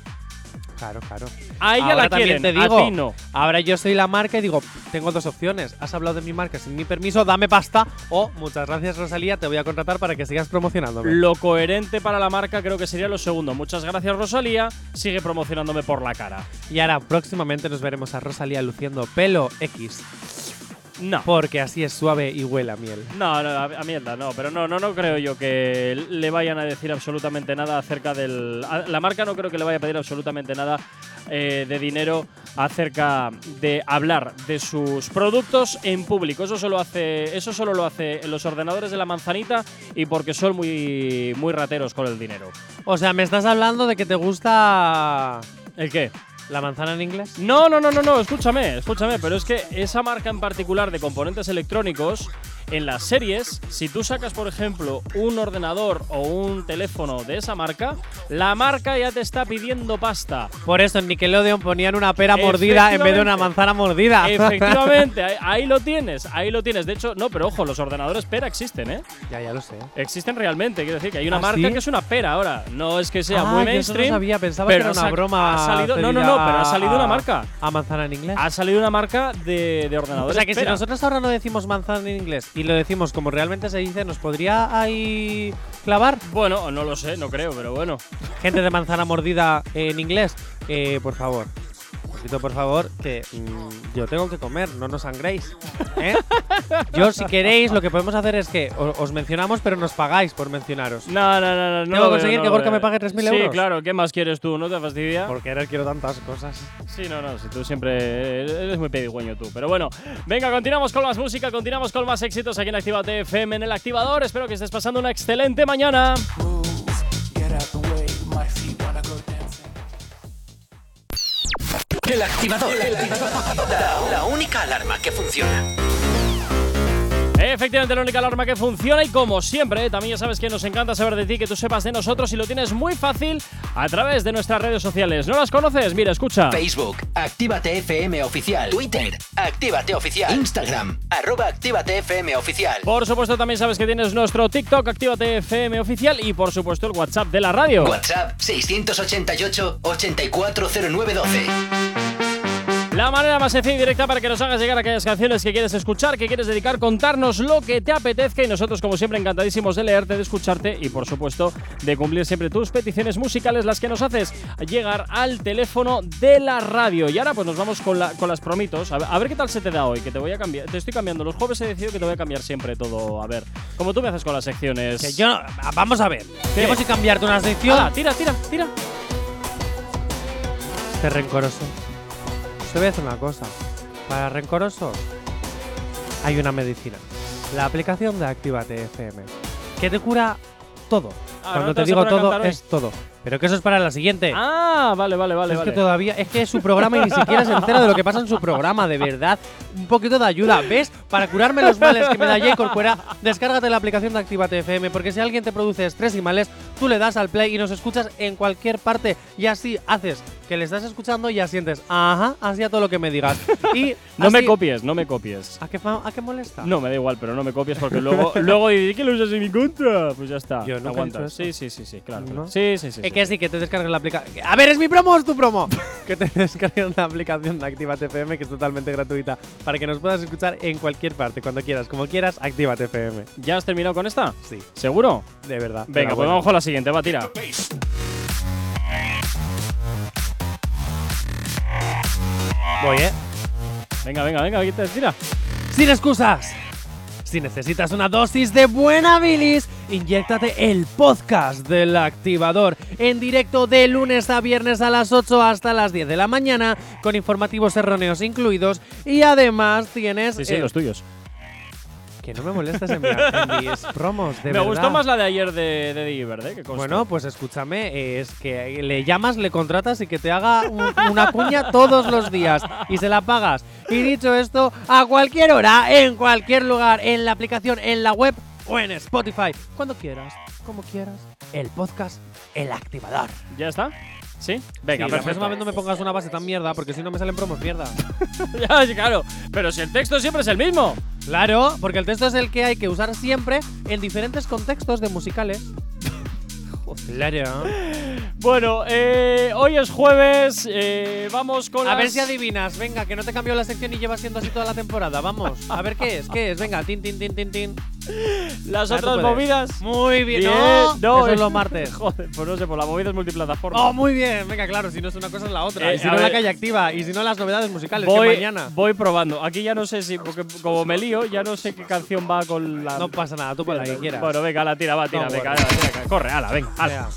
C: Claro, claro.
B: A ella
C: Ahora
B: la
C: también
B: quieren,
C: te digo,
B: a ti no.
C: Ahora yo soy la marca y digo, tengo dos opciones. Has hablado de mi marca sin mi permiso, dame pasta. O muchas gracias Rosalía, te voy a contratar para que sigas promocionándome.
B: Lo coherente para la marca creo que sería lo segundo. Muchas gracias, Rosalía. Sigue promocionándome por la cara.
C: Y ahora próximamente nos veremos a Rosalía luciendo pelo X,
B: No.
C: porque así es suave y huele a miel.
B: No, no, a, a mierda, no, pero no, no, no creo yo que le vayan a decir absolutamente nada acerca del. a- la marca no creo que le vaya a pedir absolutamente nada eh, de dinero acerca de hablar de sus productos en público. Eso solo hace, eso solo lo hace en los ordenadores de la manzanita y porque son muy, muy rateros con el dinero.
C: O sea, me estás hablando de que te gusta
B: ¿El qué?
C: la manzana en inglés.
B: No, no, no, no, no, escúchame, escúchame, pero es que esa marca en particular de componentes electrónicos, en las series, si tú sacas, por ejemplo, un ordenador o un teléfono de esa marca, la marca ya te está pidiendo
C: [LAUGHS]
B: pasta.
C: Por eso en Nickelodeon ponían una pera mordida en vez de una
B: Efectivamente.
C: manzana mordida. [LAUGHS]
B: Efectivamente, ahí, ahí lo tienes, ahí lo tienes. De hecho, no, pero ojo, los ordenadores pera existen, ¿eh?
C: ya, ya lo sé.
B: Existen realmente, quiero decir que hay una
C: ¿Ah,
B: marca
C: sí?
B: que es una pera ahora. No es que sea
C: Ah,
B: muy
C: yo eso
B: mainstream.
C: no sabía, pensaba
B: pero
C: que era
B: ha
C: una
B: sa-
C: broma.
B: ha salido- no, no,
C: cedida
B: no, pero ha salido una
C: a-
B: marca.
C: A manzana en inglés.
B: Ha salido una marca de, de ordenadores.
C: Ah, o sea que si
B: pera.
C: nosotros ahora no decimos manzana en inglés y lo decimos como realmente se dice, ¿nos podría ahí clavar?
B: Bueno, no lo sé, no creo, pero bueno.
C: Gente de manzana mordida en inglés, eh, por favor. Un poquito, por favor, que mm, yo tengo que comer, no nos sangréis. ¿eh? yo, si queréis, lo que podemos hacer es que o- os mencionamos, pero nos pagáis por mencionaros.
B: No, no, no, no. no
C: ¿Tengo
B: lo
C: que conseguir
B: veo, no
C: que
B: lo
C: Gorka
B: veo.
C: me pague 3.000
B: Sí,
C: euros?
B: claro, ¿qué más quieres tú? ¿No te fastidia?
C: Porque ahora quiero tantas cosas.
B: Sí, no, no, si tú siempre eres muy pedigüeño tú. Pero bueno, venga, continuamos con más música, continuamos con más éxitos aquí en Actívate FM en el activador. Espero que estés pasando una excelente mañana.
E: moves. Get out the way, my feet wanna go dancing.
A: El activador. El activador. La, la única alarma que funciona.
B: Efectivamente, la única alarma que funciona y como siempre, ¿eh? también ya sabes que nos encanta saber de ti, que tú sepas de nosotros y lo tienes muy fácil a través de nuestras redes sociales. ¿No las conoces? Mira, escucha.
A: Facebook, Actívate FM Oficial. Twitter, Actívate Oficial. Instagram, arroba Actívate FM Oficial.
B: Por supuesto, también sabes que tienes nuestro TikTok, Actívate FM oficial y por supuesto el WhatsApp de la radio.
A: WhatsApp 688-840912.
B: La manera más sencilla y directa para que nos hagas llegar aquellas canciones que quieres escuchar, que quieres dedicar, contarnos lo que te apetezca y nosotros como siempre encantadísimos de leerte, de escucharte y por supuesto de cumplir siempre tus peticiones musicales, las que nos haces llegar al teléfono de la radio. Y ahora pues nos vamos con, la- con las promitos. A ver, a ver qué tal se te da hoy, que te voy a cambiar, te estoy cambiando. Los jueves he decidido que te voy a cambiar siempre todo. A ver, como tú me haces con las secciones.
C: Que yo no- Vamos a ver. Queremos que cambiarte una sección.
B: Hala, tira, tira, tira.
C: Este rencoroso. Os voy a decir una cosa. Para rencorosos hay una medicina. La aplicación de Actívate FM. Que te cura todo.
B: Ah,
C: Cuando
B: no
C: te
B: vas a
C: digo
B: poner a
C: todo,
B: cantar hoy.
C: es todo. Pero que eso es para la siguiente.
B: Ah, vale, vale, vale.
C: es
B: vale.
C: que todavía es que es su programa y ni siquiera se entera de lo que pasa en su programa, de verdad. Un poquito de ayuda, ¿ves? Para curarme los males que me da J. Corcuera, descárgate la aplicación de Actívate FM, porque si alguien te produce estrés y males, tú le das al play y nos escuchas en cualquier parte. Y así haces que le estás escuchando y ya sientes, ajá, así a todo lo que me digas. Y
B: [LAUGHS] No me
C: así- Ah,
B: copies, no me copies.
C: ¿A qué, fa- ¿A qué molesta?
B: No, me da igual, pero no me copies porque luego, [LAUGHS] luego diré que lo usas en mi contra. Pues ya está.
C: Yo nunca he
B: Aguanta.
C: dicho eso.
B: Sí, sí, sí, sí, claro.
C: ¿No?
B: Sí, sí, sí.
C: Es
B: sí.
C: que sí, que te descargues la aplicación. A ver, ¿es mi promo o es
B: [LAUGHS]
C: tu promo? que te descargues la aplicación de Actívate FM, que es totalmente gratuita, para que nos puedas escuchar en cualquier parte, cuando quieras, como quieras, Actívate FM.
B: ¿Ya has terminado con esta?
C: Sí,
B: ¿Seguro?
C: de verdad.
B: Venga,
C: Pero
B: pues
C: bueno.
B: vamos con la siguiente, va, tira.
C: Voy, ¿eh?
B: Venga, venga, venga, aquí te tira.
C: Sin excusas. Si necesitas una dosis de buena bilis, inyéctate el podcast del activador en directo de lunes a viernes a las 8 hasta las 10 de la mañana, con informativos erróneos incluidos. Y además tienes.
B: Sí, sí,
C: eh,
B: los tuyos.
C: Que no me molestes en, mi- en mis promos, de
B: Me
C: verdad.
B: gustó más la de ayer de, de Digi Verde, que conste.
C: Bueno, pues escúchame, eh, es que le llamas, le contratas y que te haga un- una cuña todos los días y se la pagas. Y dicho esto, a cualquier hora, en cualquier lugar, en la aplicación, en la web o en Spotify, cuando quieras, como quieras, el podcast El Activador.
B: ¿Ya está? ¿Sí? Venga,
C: Sí, la
B: perfecto.
C: próxima vez no me pongas una base tan mierda porque si no me salen promos mierda.
B: [LAUGHS] Ya, sí, claro. Pero si el texto siempre es el mismo.
C: Claro, porque el texto es el que hay que usar siempre en diferentes contextos de musicales. Claro.
B: Bueno, eh, hoy es jueves. eh, vamos con
C: A
B: las-
C: ver si adivinas, venga, que no te cambió la sección y llevas siendo así toda la temporada, vamos. A ver qué es, qué es, venga, tin, tin, tin, tin, tin.
B: las
C: Ah, tú
B: otras
C: puedes.
B: movidas.
C: Muy bien,
B: Bien,
C: no,
B: no,
C: eso
B: es-
C: es
B: [LAUGHS]
C: los martes.
B: Joder, pues no sé, por la movida es multiplataforma.
C: Oh, muy bien, venga, claro, si no es una cosa es la otra.
B: Eh,
C: y si
B: a
C: no la
B: ver.
C: calle activa, y si no las novedades musicales, que
B: voy,
C: mañana.
B: voy probando. Aquí ya no sé si, porque como me lío, ya no sé qué canción va con la.
C: No pasa nada, tú pon la que quieras.
B: Bueno, venga, la tira, va, tira,
C: No,
B: venga,
C: bueno.
B: ala, tira, corre, ala, venga, ala.
C: Vea.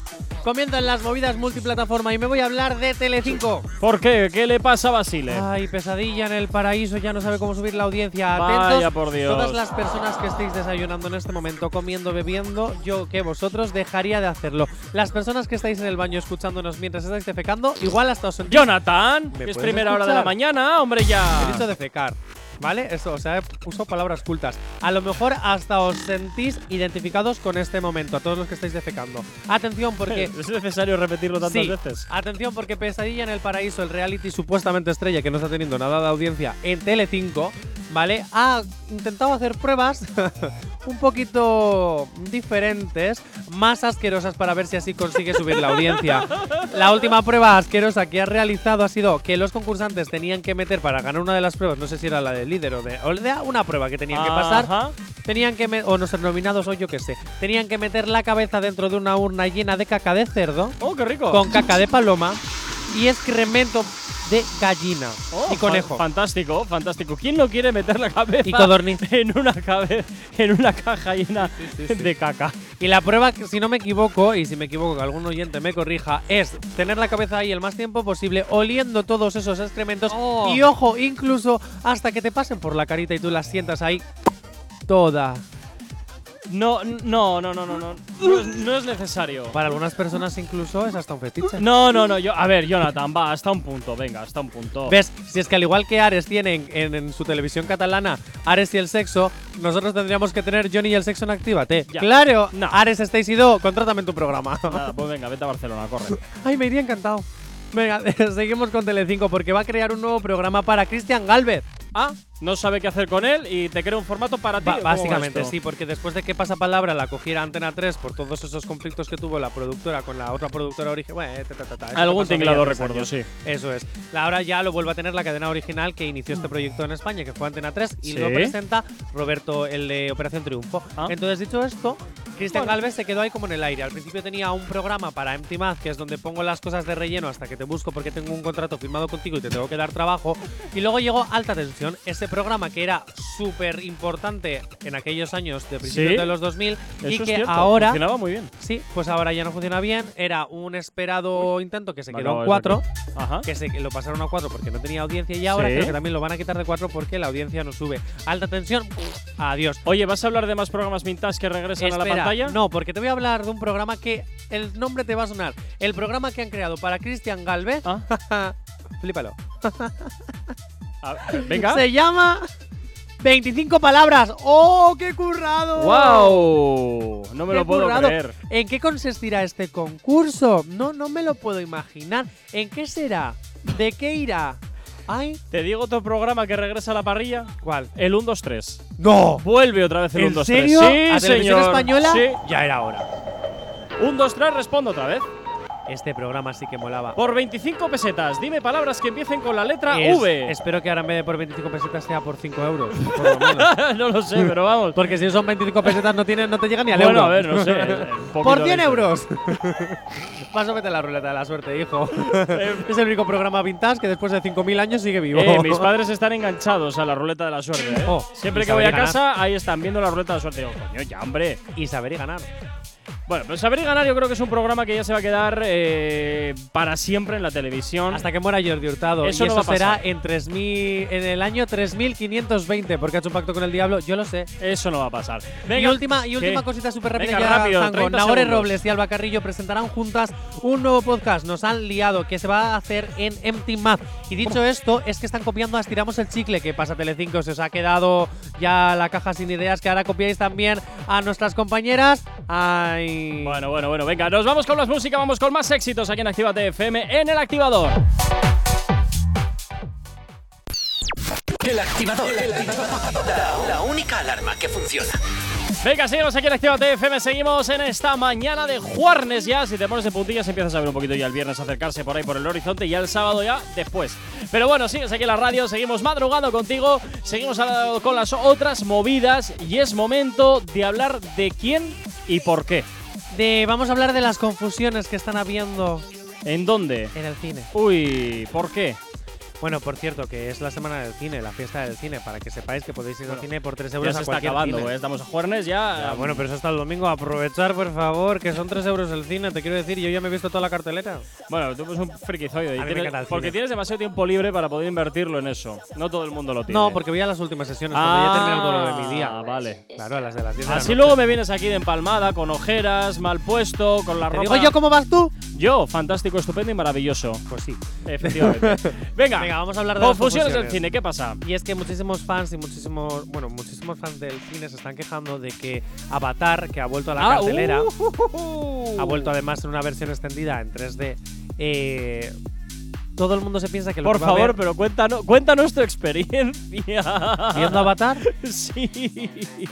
C: Comienzan las movidas multiplataforma y me voy a hablar de Telecinco.
B: ¿Por qué? ¿Qué le pasa a Basile?
C: Ay, pesadilla en el paraíso, ya no sabe cómo subir la audiencia.
B: Vaya
C: Atentos,
B: por Dios.
C: todas las personas que estéis desayunando en este momento, comiendo, bebiendo, yo que vosotros dejaría de hacerlo. Las personas que estáis en el baño escuchándonos mientras estáis defecando, igual hasta os sentís
B: Jonathan,
C: ¿Me
B: es
C: puedes
B: primera hora de
C: escuchar?
B: la mañana, hombre,
C: He dicho
B: ya.
C: defecar, ¿vale? Eso, o sea, eh, uso palabras cultas. A lo mejor hasta os sentís identificados con este momento, a todos los que estáis defecando. Atención porque
B: [LAUGHS] ¿Es necesario repetirlo tantas
C: Sí.
B: veces?
C: Atención, porque Pesadilla en el Paraíso, el reality supuestamente estrella que no está teniendo nada de audiencia en Tele5, ¿vale? Ha intentado hacer pruebas [LAUGHS] un poquito diferentes, más asquerosas para ver si así consigue subir la audiencia. La última prueba asquerosa que ha realizado ha sido que los concursantes tenían que meter para ganar una de las pruebas, no sé si era la del líder o de, o de una prueba que tenían que pasar,
B: Ajá.
C: Tenían que me- o no ser nominados o yo qué sé. Tenían que meter la cabeza dentro de una urna llena de caca de cerdo
B: Oh, qué rico.
C: con caca de paloma y excremento de gallina
B: Oh,
C: y conejo.
B: fan- fantástico, fantástico. ¿Quién no quiere meter la cabeza
C: Y codorniz.
B: en una cabe- en una caja llena de caca?
C: Y la prueba, que, si no me equivoco, y si me equivoco que algún oyente me corrija, es tener la cabeza ahí el más tiempo posible, oliendo todos esos excrementos
B: Oh.
C: y ojo, incluso hasta que te pasen por la carita y tú las sientas ahí toda.
B: No, no, no, no, no, no. No es, no es necesario.
C: Para algunas personas incluso es hasta un fetiche.
B: No, no, no. Yo, a ver, Jonathan, va, hasta un punto. Venga, hasta un punto.
C: Oh. ¿Ves? Si es que al igual que Ares tienen en, en su televisión catalana Ares y el sexo, nosotros tendríamos que tener Johnny y el sexo en Actívate.
B: Ya.
C: Claro,
B: No.
C: Ares, Stacy y Do, contrátame en tu programa. [LAUGHS]
B: Nada, pues venga, vete a Barcelona, corre.
C: Ay, me iría encantado. Venga, [LAUGHS] seguimos con Telecinco porque va a crear un nuevo programa para Cristian Galvez.
B: Ah, no sabe qué hacer con él y te crea un formato para ti.
C: Ba-
B: ¿Cómo va
C: básicamente,
B: esto?
C: sí, porque después de que Pasapalabra la cogiera Antena 3 por todos esos conflictos que tuvo la productora con la otra productora original. Bueno, eh, ta, ta, ta, ta, eso
B: Algún
C: pasó hace
B: tinglado
C: ya tres
B: recuerdo,
C: años.
B: sí.
C: Eso es. La Ahora ya lo vuelve a tener la cadena original que inició este proyecto en España, que fue Antena 3, y
B: Sí.
C: lo presenta Roberto, el de Operación Triunfo.
B: Ah.
C: Entonces, dicho esto, Cristian
B: Bueno.
C: Galvez se quedó ahí como en el aire. Al principio tenía un programa para Empty Math, que es donde pongo las cosas de relleno hasta que te busco porque tengo un contrato firmado contigo y te tengo que dar trabajo. Y luego llegó Alta Tensión, ese programa que era súper importante en aquellos años de principios
B: Sí.
C: de los 2000 y
B: Eso es
C: que
B: cierto,
C: ahora
B: Funcionaba muy bien.
C: Sí, pues ahora ya no funciona bien. Era un esperado intento que se
B: Me
C: quedó
B: acabo de
C: en 4,
B: Ajá.
C: que se, que lo pasaron a 4 porque no tenía audiencia y ahora
B: Sí.
C: creo que también lo van a quitar de 4 porque la audiencia no sube. Alta tensión, adiós.
B: Oye, ¿vas a hablar de más programas vintage que regresan a la
C: Espera,
B: pantalla?
C: No, porque te voy a hablar de un programa que el nombre te va a sonar. El programa que han creado para Cristian Galvez.
B: Ah.
C: [LAUGHS] Flipalo.
B: A- venga.
C: Se llama 25 palabras. ¡Oh, qué currado!
B: ¡Wow! No me
C: Qué
B: lo puedo
C: currado.
B: creer.
C: ¿En qué consistirá este concurso? No, no me lo puedo imaginar. ¿En qué será? ¿De qué irá? Ay,
B: Te digo otro programa que regresa a la parrilla.
C: ¿cuál?
B: El 1, 2, 3.
C: ¡No!
B: Vuelve otra vez el
C: ¿En
B: 1, 2, 3.
C: serio?
B: Sí,
C: ¿A Televisión
B: señor.
C: Española?
B: Sí.
C: Ya era hora.
B: 1, 2, 3, respondo otra vez.
C: Este programa sí que molaba.
B: Por 25 pesetas, dime palabras que empiecen con la letra
C: Es-
B: V.
C: Espero que ahora en vez de por 25 pesetas sea por 5 euros. por lo [LAUGHS]
B: [LAUGHS]
C: menos.
B: no lo sé, pero
C: [LAUGHS]
B: vamos.
C: Porque si son 25 pesetas no, tienes, no te llega ni al
B: bueno,
C: euro.
B: a ver,
C: [LAUGHS]
B: no sé.
C: eh,
B: un poquito
C: ¡Por 100
B: de-
C: euros! [LAUGHS] Paso, vete a la ruleta de la suerte, hijo. [LAUGHS] es el único programa vintage que después de 5.000 años sigue vivo.
B: Eh, mis
C: [LAUGHS]
B: padres están enganchados a la ruleta de la suerte. ¿eh?
C: Oh,
B: Siempre
C: y
B: que voy a
C: saber ganar.
B: casa, ahí están viendo la ruleta de la suerte. Digo, coño, ya, hombre.
C: Y saber y ganar.
B: Bueno, pero Saber y Ganar yo creo que es un programa que ya se va a quedar eh, para siempre en la televisión.
C: Hasta que muera Jordi Hurtado.
B: Eso
C: y
B: no
C: eso
B: va a
C: será
B: pasar.
C: en, 3000, en el año 3520, porque ha hecho un pacto con el diablo. Yo lo sé.
B: Eso no va a pasar.
C: y última, y última
B: ¿Qué?
C: cosita súper rápida.
B: Venga,
C: ya
B: rápido,
C: zanco.
B: 30
C: Nagore
B: segundos.
C: Robles y Alba Carrillo presentarán juntas un nuevo podcast. Nos han liado, que se va a hacer en Empty Map. Y dicho esto, es que están copiando a Estiramos el Chicle, que pasa Telecinco. Se os ha quedado ya la caja sin ideas, que ahora copiáis también a nuestras compañeras. Ay.
B: Bueno, bueno, bueno, venga, nos vamos con más música, vamos con más éxitos aquí en Actívate FM en el activador.
A: El activador. La, la única alarma que funciona.
B: Venga, seguimos aquí en Actívate FM, seguimos en esta mañana de Juarnes ya. Si te pones de puntillas empiezas a ver un poquito ya el viernes acercarse por ahí por el horizonte y ya el sábado ya después. Pero bueno, sigues aquí en la radio, seguimos madrugando contigo, seguimos a- con las otras movidas y es momento de hablar de quién y por qué.
C: De, vamos a hablar de las confusiones que están habiendo
B: ¿En dónde?
C: en el cine.
B: Uy, ¿por qué?
C: Bueno, por cierto, que es la semana del cine, la fiesta del cine, para que sepáis que podéis ir
B: Bueno,
C: al cine por 3 euros
B: Ya se
C: a
B: está
C: cualquier
B: acabando,
C: cine.
B: ¿eh? estamos a Juarnes ya.
C: Ah,
B: eh,
C: bueno, pero eso hasta el domingo. Aprovechar, por favor, que son 3 euros el cine. Te quiero decir, yo ya me he visto toda la cartelera.
B: Bueno, tú eres un frikizoide. y
C: A mí me
B: tienes-
C: encanta el
B: porque
C: cine.
B: tienes demasiado tiempo libre para poder invertirlo en eso. No todo el mundo lo tiene.
C: No, porque voy a las últimas sesiones,
B: Ah,
C: cuando ya he terminado todo lo de mi día.
B: Ah, vale.
C: Claro, a las de las 10 de la
B: Así
C: noche.
B: luego me vienes aquí de empalmada, con ojeras, mal puesto, con la
C: ¿Te
B: ropa.
C: digo yo cómo vas tú?
B: Yo, fantástico, estupendo y maravilloso.
C: Pues sí. [LAUGHS]
B: Efectivamente. Venga,
C: Venga, Oh, vamos a hablar de las
B: confusiones del
C: confusiones.
B: cine. ¿Qué pasa?
C: Y es que muchísimos fans y muchísimos, bueno, muchísimos fans del cine se están quejando de que Avatar, que ha vuelto a la
B: Ah,
C: cartelera,
B: uh,
C: ha vuelto además en una versión extendida en 3D. eh, todo el mundo se piensa que lo
B: Por
C: que va a
B: favor,
C: ver
B: pero cuéntanos, cuéntanos tu experiencia.
C: viendo [LAUGHS] Avatar,
B: [LAUGHS] sí.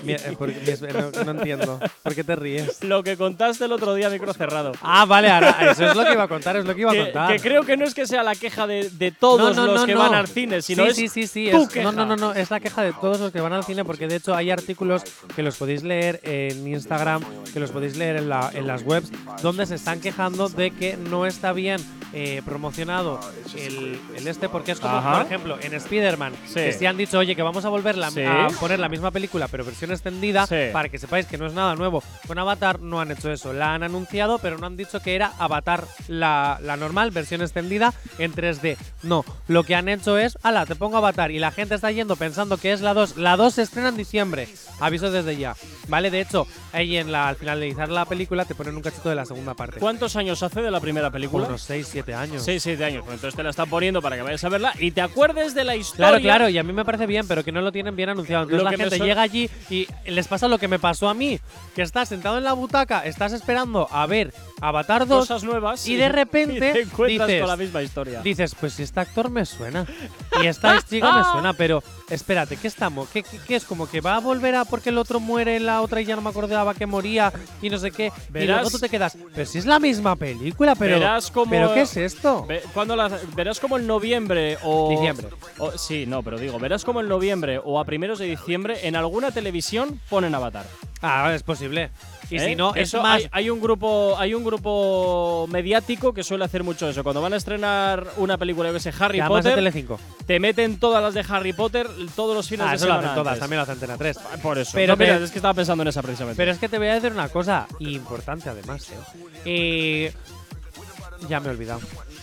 C: mi- eh, porque- mi- no, no entiendo. ¿Por qué te ríes?
B: Lo que contaste el otro día, a micro cerrado.
C: Ah, vale, ahora, eso es lo que iba a contar, es Ah, lo que iba a
B: que,
C: contar.
B: que creo que no es que sea la queja de, de todos
C: No, no,
B: los
C: no,
B: que
C: no.
B: van al cine, sino
C: sí,
B: es
C: sí, sí, sí,
B: tu
C: es-
B: queja.
C: No, no, no, no, es la queja de todos los que van al cine porque de hecho hay artículos que los podéis leer en Instagram, que los podéis leer en, la- en las webs, donde se están quejando de que no está bien eh, promocionado el, el este porque es como,
B: Ajá.
C: por ejemplo, en Spider-Man,
B: Sí.
C: que sí han dicho, oye, que vamos a volver la-
B: Sí.
C: a poner la misma película pero versión extendida
B: Sí.
C: para que sepáis que no es nada nuevo. Con Avatar no han hecho eso, la han anunciado pero no han dicho que era Avatar la, la normal, versión extendida en 3D. No, lo que han hecho es, ala, te pongo Avatar y la gente está yendo pensando que es la 2. La 2 se estrena en diciembre, aviso desde ya. ¿Vale? De hecho, ahí en la, al finalizar la película te ponen un cachito de la segunda parte.
B: ¿Cuántos años hace de la primera película?
C: Unos 6, 7 años.
B: 6, 7 años. Bueno, entonces te la están poniendo para que vayas a verla y te acuerdes de la historia.
C: Claro, claro, y a mí me parece bien, pero que no lo tienen bien anunciado. Entonces
B: Lo
C: la
B: que me
C: gente
B: sor-
C: llega allí y les pasa lo que me pasó a mí, que estás sentado en la butaca, estás esperando a ver Avatar 2,
B: Cosas nuevas.
C: y de repente
B: te encuentras
C: dices-
B: con la misma historia.
C: dices, pues si este actor me suena,
B: [LAUGHS]
C: y esta chica me
B: Ah.
C: suena, pero espérate, ¿qué estamos? ¿Qué, qué, qué es? Como que va a volver a porque el otro muere, la otra y ya no me acordaba que moría, y no sé qué, y
B: Verás-
C: luego tú te quedas, pero si es la misma película, pero,
B: Verás cómo-
C: ¿pero ¿qué es esto?
B: Ve- cuando la- verás como en noviembre o.
C: Diciembre.
B: o- sí, no, pero digo, verás como en noviembre o a primeros de diciembre en alguna televisión ponen Avatar.
C: Ah, es posible.
F: Y
B: ¿eh?
F: si no,
B: Eso
F: es más.
B: hay, hay un grupo, hay un grupo mediático que suele hacer mucho eso. Cuando van a estrenar una película, yo que sé, Harry
C: Además de
B: Potter,
C: Telecinco.
B: te meten todas las de Harry Potter todos los fines
C: Ah,
B: de
C: eso lo
B: semana.
C: hacen todas,
B: antes.
C: también lo hacen Antena 3.
B: Por eso.
C: Pero
B: No, mira,
C: me-
B: es que estaba pensando en esa precisamente.
C: Pero es que te voy a decir una cosa importante además. ¿eh? Eh, ya me he olvidado.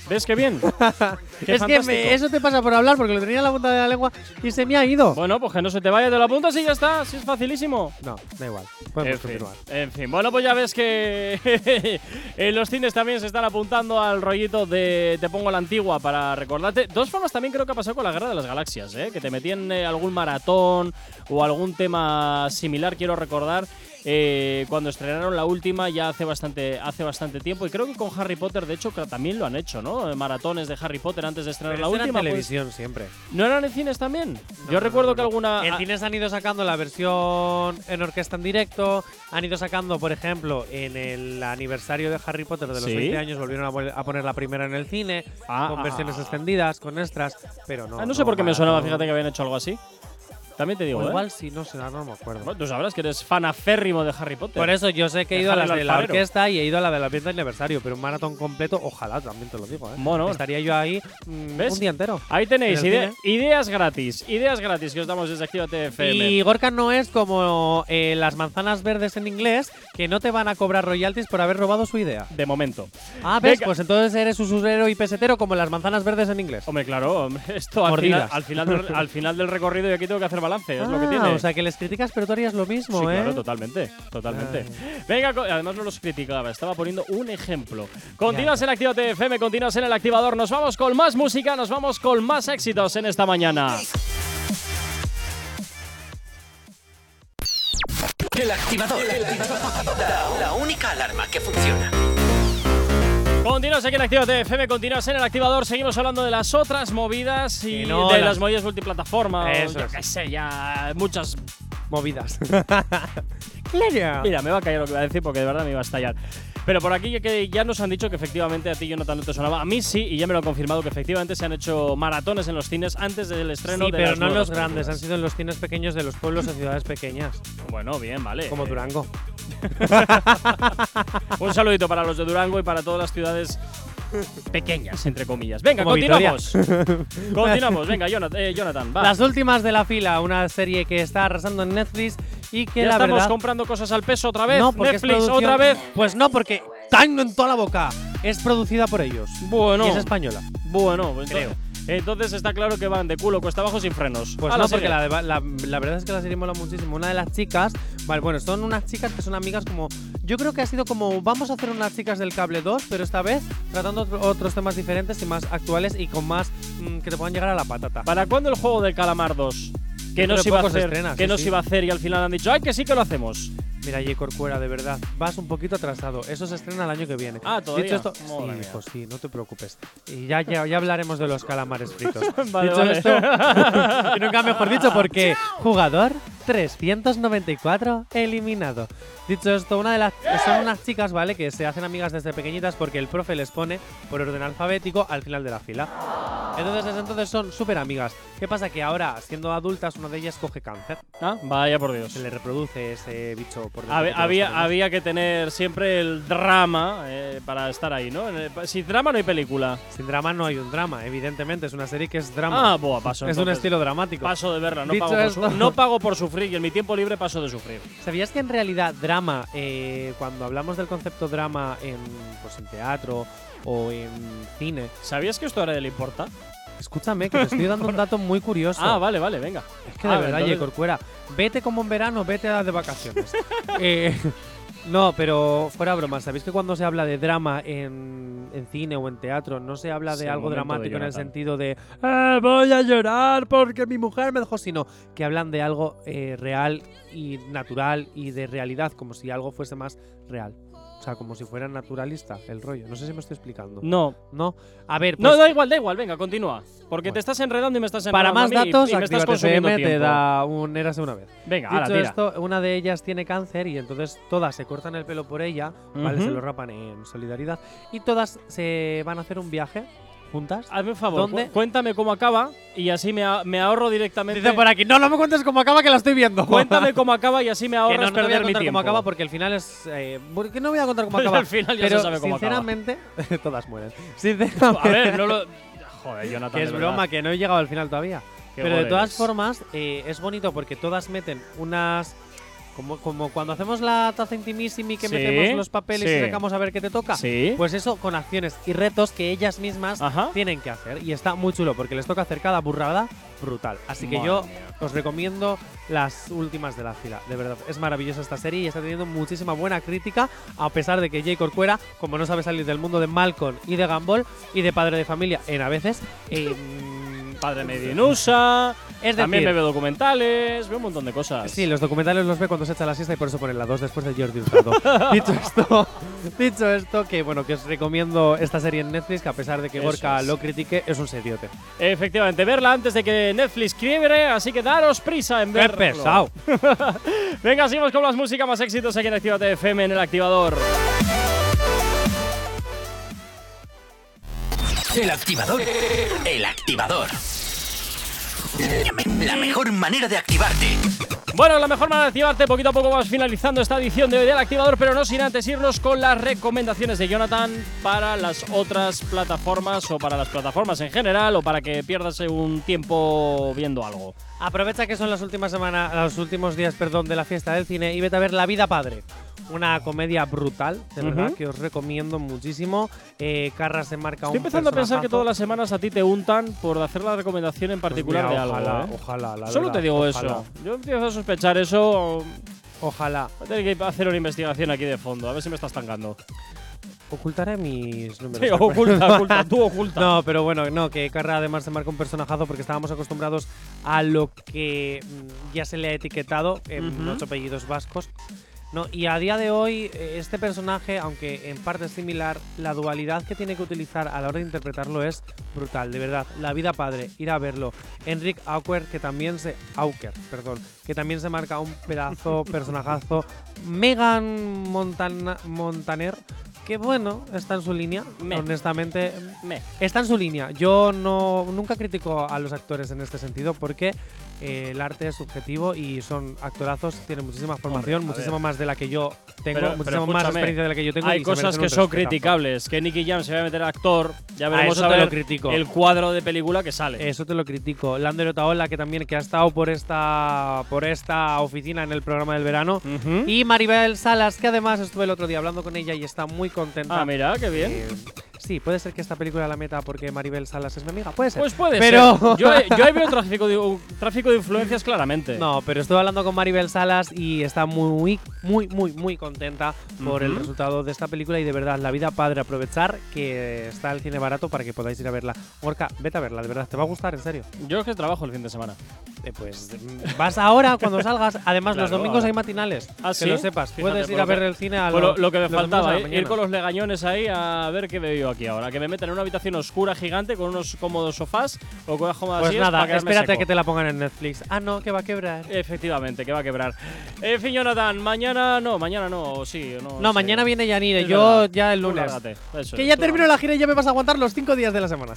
B: ¿Ves qué [LAUGHS] bien? Qué
C: es que
B: fantástico.
C: me- eso te pasa por hablar porque lo tenía en la punta de la lengua y se me ha ido.
B: Bueno, pues que no se te vaya de la punta, sí, ya está. Sí, es facilísimo.
C: No, da igual.
B: En
C: Podemos
B: fin,
C: continuar.
B: en fin. bueno, pues ya ves que [LAUGHS] en los cines también se están apuntando al rollito de te pongo la antigua para recordarte. De todas formas, también creo que ha pasado con la Guerra de las Galaxias, ¿eh? que te metían eh, algún maratón o algún tema similar, quiero recordar, eh, cuando estrenaron la última ya hace bastante, hace bastante tiempo. Y creo que con Harry Potter, de hecho, que también lo han hecho, ¿no? Maratones de Harry Potter antes de estrenar
C: Pero
B: la
C: esto era en
B: última. pues-
C: televisión siempre.
B: ¿No eran en cines también?
C: No,
B: Yo
C: no,
B: recuerdo
C: no,
B: que
C: no.
B: alguna...
C: En
B: ah,
C: cines han ido sacando la versión en orquesta en directo. Han ido sacando, por ejemplo, en el aniversario de Harry Potter de los
B: ¿Sí?
C: 20 años, volvieron a, vol- a poner la primera en el cine,
B: Ah,
C: con
B: ah,
C: versiones
B: ah.
C: extendidas, con extras, pero no.
B: ah, no sé por qué me
C: para-
B: sonaba, fíjate que habían hecho algo así. También te digo,
C: O
B: ¿eh?
C: Pues igual sí, no sé, ahora no me acuerdo.
B: Bueno, tú sabrás que eres fan aférrimo de Harry Potter.
C: Por eso yo sé que he ido a las
B: Déjame
C: de
B: el
C: la
B: alfarero.
C: orquesta y he ido a la de la fiesta de aniversario, pero un maratón completo, ojalá, también te lo digo, ¿eh?
B: Mono.
C: Estaría yo ahí mm,
B: ¿Ves?
C: un día entero.
B: Ahí tenéis
C: En el
B: ide- ideas gratis, ideas gratis que os damos desde Actívate FM.
C: Y Gorka no es como eh, las manzanas verdes en inglés, que no te van a cobrar royalties por haber robado su idea.
B: De momento.
C: Ah, ¿ves?
B: Venga.
C: Pues entonces eres usurero y pesetero como las manzanas verdes en inglés.
B: Hombre, claro, hombre, esto al final,
C: Mordidas.
B: al, final del, al final del recorrido yo aquí tengo que hacer balance, es lo que
C: Ah,
B: tiene.
C: O sea, que les criticas, pero tú harías lo mismo,
B: Sí,
C: ¿eh?
B: claro, totalmente, totalmente. Venga, co- además no los criticaba, estaba poniendo un ejemplo. Continúas en Actívate FM, continúas en el activador, nos vamos con más música, nos vamos con más éxitos en esta mañana.
A: El activador. La, la única alarma que funciona.
B: Continuas aquí en Actívate FM, continúas en el activador, seguimos hablando de las otras movidas y
C: Que no,
B: de
C: las-
B: las movidas multiplataformas,
C: Eso
B: yo
C: es.
B: qué sé, ya muchas... [LAUGHS]
C: Movidas. claro.
B: Mira, me va a caer lo que iba a decir porque de verdad me iba a estallar. Pero por aquí ya que ya nos han dicho que efectivamente a ti Jonathan no te sonaba, a mí sí, y ya me lo han confirmado que efectivamente se han hecho maratones en los cines antes del estreno
C: sí,
B: de
C: pero
B: las
C: no en
B: nuevas
C: los grandes, han
B: películas.
C: sido en los cines pequeños de los pueblos o ciudades pequeñas,
B: Bueno, bien, vale.
C: como
B: Eh,
C: Durango.
B: [LAUGHS] Un saludito para los de Durango y para todas las ciudades pequeñas, entre comillas. Venga,
C: Como
B: continuamos.
C: [LAUGHS]
B: continuamos, venga, Jonathan, eh, Jonathan, va.
C: Las últimas de la fila, una serie que está arrasando en Netflix y que
B: ya
C: la
B: estamos
C: verdad
B: comprando cosas al peso otra vez.
C: no, porque es
B: Netflix
C: producción-
B: otra vez.
C: Pues no, porque tango en toda la boca. Es producida por ellos.
B: Bueno,
C: Y es española.
B: bueno, pues entonces, entonces está claro que van de culo cuesta abajo sin frenos.
C: Pues
B: Ala,
C: no,
B: sigue.
C: porque la, de- la- la verdad es que la serie mola muchísimo. Una de las chicas, vale, bueno, son unas chicas que son amigas como. Yo creo que ha sido como vamos a hacer unas chicas del cable 2, pero esta vez tratando otro- otros temas diferentes y más actuales y con más mm, que te puedan llegar a la patata.
B: ¿Para cuándo el juego del calamar 2? Que
C: Dentro
B: no
C: de
B: se iba a
C: poco se
B: hacer,
C: estrena,
B: que
C: sí,
B: no
C: sí.
B: se iba a hacer y al final han dicho, ay, que sí que lo hacemos.
C: Mira, J. Corcuera, de verdad, vas un poquito atrasado. Eso se estrena el año que viene.
B: Ah, ¿todavía?
C: Dicho esto,
B: Madre
C: sí,
B: mía.
C: hijo, sí, no te preocupes. Y ya, ya, ya hablaremos de los
B: [LAUGHS]
C: calamares fritos.
B: Vale,
C: dicho
B: vale.
C: esto, y nunca mejor dicho, porque jugador 394 eliminado. Dicho esto, una de las son unas chicas, ¿vale? Que se hacen amigas desde pequeñitas porque el profe les pone por orden alfabético al final de la fila. Entonces, desde entonces son súper amigas. ¿Qué pasa? Que ahora, siendo adultas, una de ellas coge cáncer.
B: Ah, vaya por Dios.
C: Se le reproduce ese bicho por
B: Habe-
C: dentro que todos
B: había,
C: tenemos.
B: había que tener siempre el drama eh, para estar ahí, ¿no? En el- pa- Sin drama no hay película.
C: Sin drama no hay un drama, evidentemente. Es una serie que es drama.
B: Ah, boa, paso.
C: es de un
B: entonces.
C: estilo dramático.
B: Paso de verla, no
C: Dicho
B: pago, por
C: esto.
B: su- no pago por sufrir y en mi tiempo libre paso de sufrir.
C: ¿Sabías que en realidad drama, eh, cuando hablamos del concepto drama en, pues, en teatro o en cine,
B: ¿Sabías que esto ahora le importa?
C: escúchame que te estoy dando un dato muy curioso.
B: Ah, vale, vale, venga.
C: Es [LAUGHS] que de
B: Ah,
C: verdad,
B: entonces-
C: Ye Corcuera, vete como en verano, vete a
B: [LAUGHS]
C: de vacaciones. Eh, [LAUGHS] no, pero fuera broma, ¿sabéis que cuando se habla de drama en, en cine o en teatro, no se habla
B: Es
C: de
B: el
C: algo
B: momento de
C: dramático en el
B: Jonathan.
C: sentido de "Ah, voy a llorar porque mi mujer me dejó, sino que hablan de algo eh, real y natural y de realidad, como si algo fuese más real. O sea, como si fuera naturalista el rollo. No sé si me estoy explicando.
B: No,
C: No. A ver,
B: Mm. no,
C: pues,
B: da igual, da igual, venga, continúa. Porque te
C: Bueno.
B: estás enredando y me estás
C: para
B: enredando.
C: más
B: a mí y-
C: datos,
B: y me estás
C: Actívate
B: consumiendo
C: FM te
B: tiempo.
C: da un Érase una vez.
B: Venga,
C: Dicho
B: ahora tira.
C: esto, una de ellas tiene cáncer y entonces todas se cortan el pelo por ella, ¿vale?
B: Ujú.
C: Se lo rapan en solidaridad y todas se van a hacer un viaje juntas.
B: Hazme un favor,
C: ¿Dónde?
B: cu- cuéntame cómo acaba y así me, a- me ahorro directamente.
C: Dice por aquí, no, no me cuentes cómo acaba que la estoy [LAUGHS] viendo.
B: Cuéntame [LAUGHS] cómo acaba y así me
C: Que
B: ahorras
C: no, no te voy a
B: perder mi
C: contar
B: tiempo.
C: cómo acaba porque el final es. Eh, porque no voy a contar
B: [LAUGHS]
C: cómo
B: Al
C: acaba.
B: final ya se
C: pero
B: sabe cómo acaba.
C: sinceramente, [LAUGHS] todas mueren.
B: [LAUGHS] A
C: Sinceramente,
B: ver, no lo. [LAUGHS] Joder, Jonathan.
C: que es
B: de verdad.
C: broma, que no he llegado al final todavía.
B: Qué
C: pero de
B: gore
C: todas
B: eres.
C: formas, eh, es bonito porque todas meten unas. Como, como cuando hacemos la taza intimissimi que
B: Sí,
C: metemos los papeles
B: sí.
C: y sacamos a ver qué te toca.
B: Sí.
C: Pues eso con acciones y retos que ellas mismas
B: Ajá.
C: tienen que hacer. Y está muy chulo porque les toca hacer cada burrada brutal. Así que
B: Madre
C: yo
B: mía.
C: os recomiendo las últimas de la fila. De verdad, es maravillosa esta serie y está teniendo muchísima buena crítica, a pesar de que Jay Corcuera, como no sabe salir del mundo de Malcolm y de Gumball y de Padre de Familia en a veces, eh,
B: Padre Medinusa.
C: es
B: También me
C: decir,
B: veo documentales, veo un montón de cosas.
C: Sí, los documentales los ve cuando se echa la siesta y por eso ponen la 2 después de
B: [LAUGHS]
C: Jordi Hurtado. dicho esto, dicho esto, que bueno, que os recomiendo esta serie en Netflix, que a pesar de que
B: Eso
C: Gorka
B: es.
C: lo critique, es un seriote.
B: Efectivamente, verla antes de que Netflix quiebre, así que daros prisa en
C: ¡Qué
B: verlo.
C: pesado!
B: Venga, seguimos con las músicas más éxitos aquí en Actívate FM en el activador.
A: El activador. El activador. La mejor manera de activarte.
B: Bueno, la mejor manera de activarte, poquito a poco vamos finalizando esta edición de hoy del activador, pero no sin antes irnos con las recomendaciones de Jonathan para las otras plataformas o para las plataformas en general o para que pierdas un tiempo viendo algo.
C: Aprovecha que son las últimas semanas, los últimos días, perdón, de la fiesta del cine y vete a ver La vida padre. Una comedia brutal, de verdad,
B: Ujú.
C: que os recomiendo muchísimo. Eh, Carras se marca
B: Estoy
C: un
B: empezando a pensar que
C: personajazo.
B: todas las semanas a ti te untan por hacer la recomendación en
C: Pues
B: particular
C: mira,
B: de
C: ojalá,
B: algo. ¿eh?
C: Ojalá, la
B: Solo
C: verdad,
B: te digo
C: ojalá,
B: eso. Yo empiezo a sospechar eso.
C: Ojalá.
B: Voy a tener que hacer una investigación aquí de fondo, a ver si me estás tangando.
C: Ocultaré mis números.
B: Sí,
C: de acuerdo.
B: [LAUGHS] oculta, oculta,
C: [LAUGHS]
B: tú oculta.
C: No, pero bueno, no, que Carra además se marca un personajazo porque estábamos acostumbrados a lo que mm, ya se le ha etiquetado en
B: Ujú.
C: ocho apellidos vascos. No, y a día de hoy, eh, este personaje, aunque en parte es similar, la dualidad que tiene que utilizar a la hora de interpretarlo es brutal, de verdad. La vida padre, ir a verlo. Enric Auker, que también se. Auker, perdón, que también se marca un pedazo, [LAUGHS] personajazo. Megan Montana- Montaner, que bueno, está en su línea,
B: Me.
C: honestamente.
B: Me.
C: Está en su línea. Yo no nunca critico a los actores en este sentido porque eh, el arte es subjetivo y son actorazos, tienen muchísima formación,
B: Hombre, a
C: muchísima
B: ver.
C: más de la que yo
B: Pero-
C: tengo,
B: pero
C: muchísima más
B: escúchame,
C: experiencia de la que yo tengo.
B: Hay
C: y se
B: cosas
C: merecen
B: que
C: un
B: son
C: respetazo.
B: criticables, que Nicky Jam se va a meter actor, ya
C: A
B: veremos
C: eso
B: a
C: te
B: ver
C: lo critico.
B: el cuadro de película que sale.
C: Eso te lo critico. Lander Otaola, que también que ha estado por esta, por esta oficina en el programa del verano.
B: Ujú.
C: Y Maribel Salas, que además estuve el otro día hablando con ella y está muy contenta.
B: Ah, mira, qué bien.
C: Eh, sí, puede ser que esta película la meta porque Maribel Salas es mi amiga. Puede ser.
B: Pues puede
C: Pero-
B: ser.
C: [LAUGHS]
B: Yo, he- yo ahí veo tráfico de, un tráfico de influencias claramente.
C: No, pero estuve hablando con Maribel Salas y está muy, muy, muy, muy contenta por el
B: Ujú.
C: resultado de esta película y de verdad, la vida padre, aprovechar que está el cine barato para que podáis ir a verla. Gorka, vete a verla, de verdad, te va a gustar, en serio.
B: Yo es que trabajo el fin de semana.
C: Eh, pues mm, vas ahora
B: [LAUGHS]
C: cuando salgas. Además, los
B: Claro,
C: domingos
B: ahora.
C: hay matinales.
B: Ah,
C: que
B: ¿sí?
C: lo sepas.
B: Fíjate,
C: Puedes
B: por
C: ir a
B: lo
C: ver
B: que-
C: el cine a
B: Fue lo,
C: lo-
B: lo que me
C: los domingos a
B: faltaba,
C: la
B: eh, ir
C: mañana.
B: con los legañones ahí a ver qué veo yo aquí ahora. Que me metan en una habitación oscura gigante con unos cómodos sofás o con unas cómodas
C: Pues
B: sillas
C: nada,
B: para quedarme
C: espérate a
B: seco.
C: que te la pongan en Netflix. Ah, no, que va a quebrar.
B: Efectivamente, que va a quebrar. En fin, Jonathan, mañana no, mañana no, o sí, o no.
C: no,
B: sí.
C: mañana viene Yanire,
B: Es
C: yo
B: verdad.
C: ya el
B: Tú
C: lunes.
B: lárgate, eso
C: Que
B: es,
C: ya
B: tú
C: termino
B: lárgate.
C: la gira y ya me vas a aguantar los cinco días de la semana.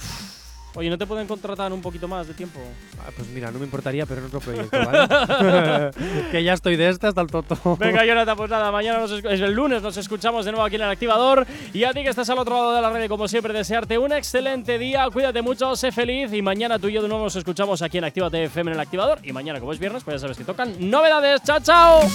B: Oye, ¿no te pueden contratar un poquito más de tiempo?
C: Ah, pues mira, no me importaría, pero en otro proyecto, [LAUGHS] ¿vale? que ya estoy de este hasta el toto.
B: [LAUGHS] Venga, Jonathan, pues nada, mañana nos escu- es el lunes nos escuchamos de nuevo aquí en el activador. Y a ti que estás al otro lado de la red, como siempre, desearte un excelente día. Cuídate mucho, sé feliz. Y mañana tú y yo de nuevo nos escuchamos aquí en Actívate FM en el activador. Y mañana, como es viernes, pues ya sabes que tocan novedades. ¡Chao, chao!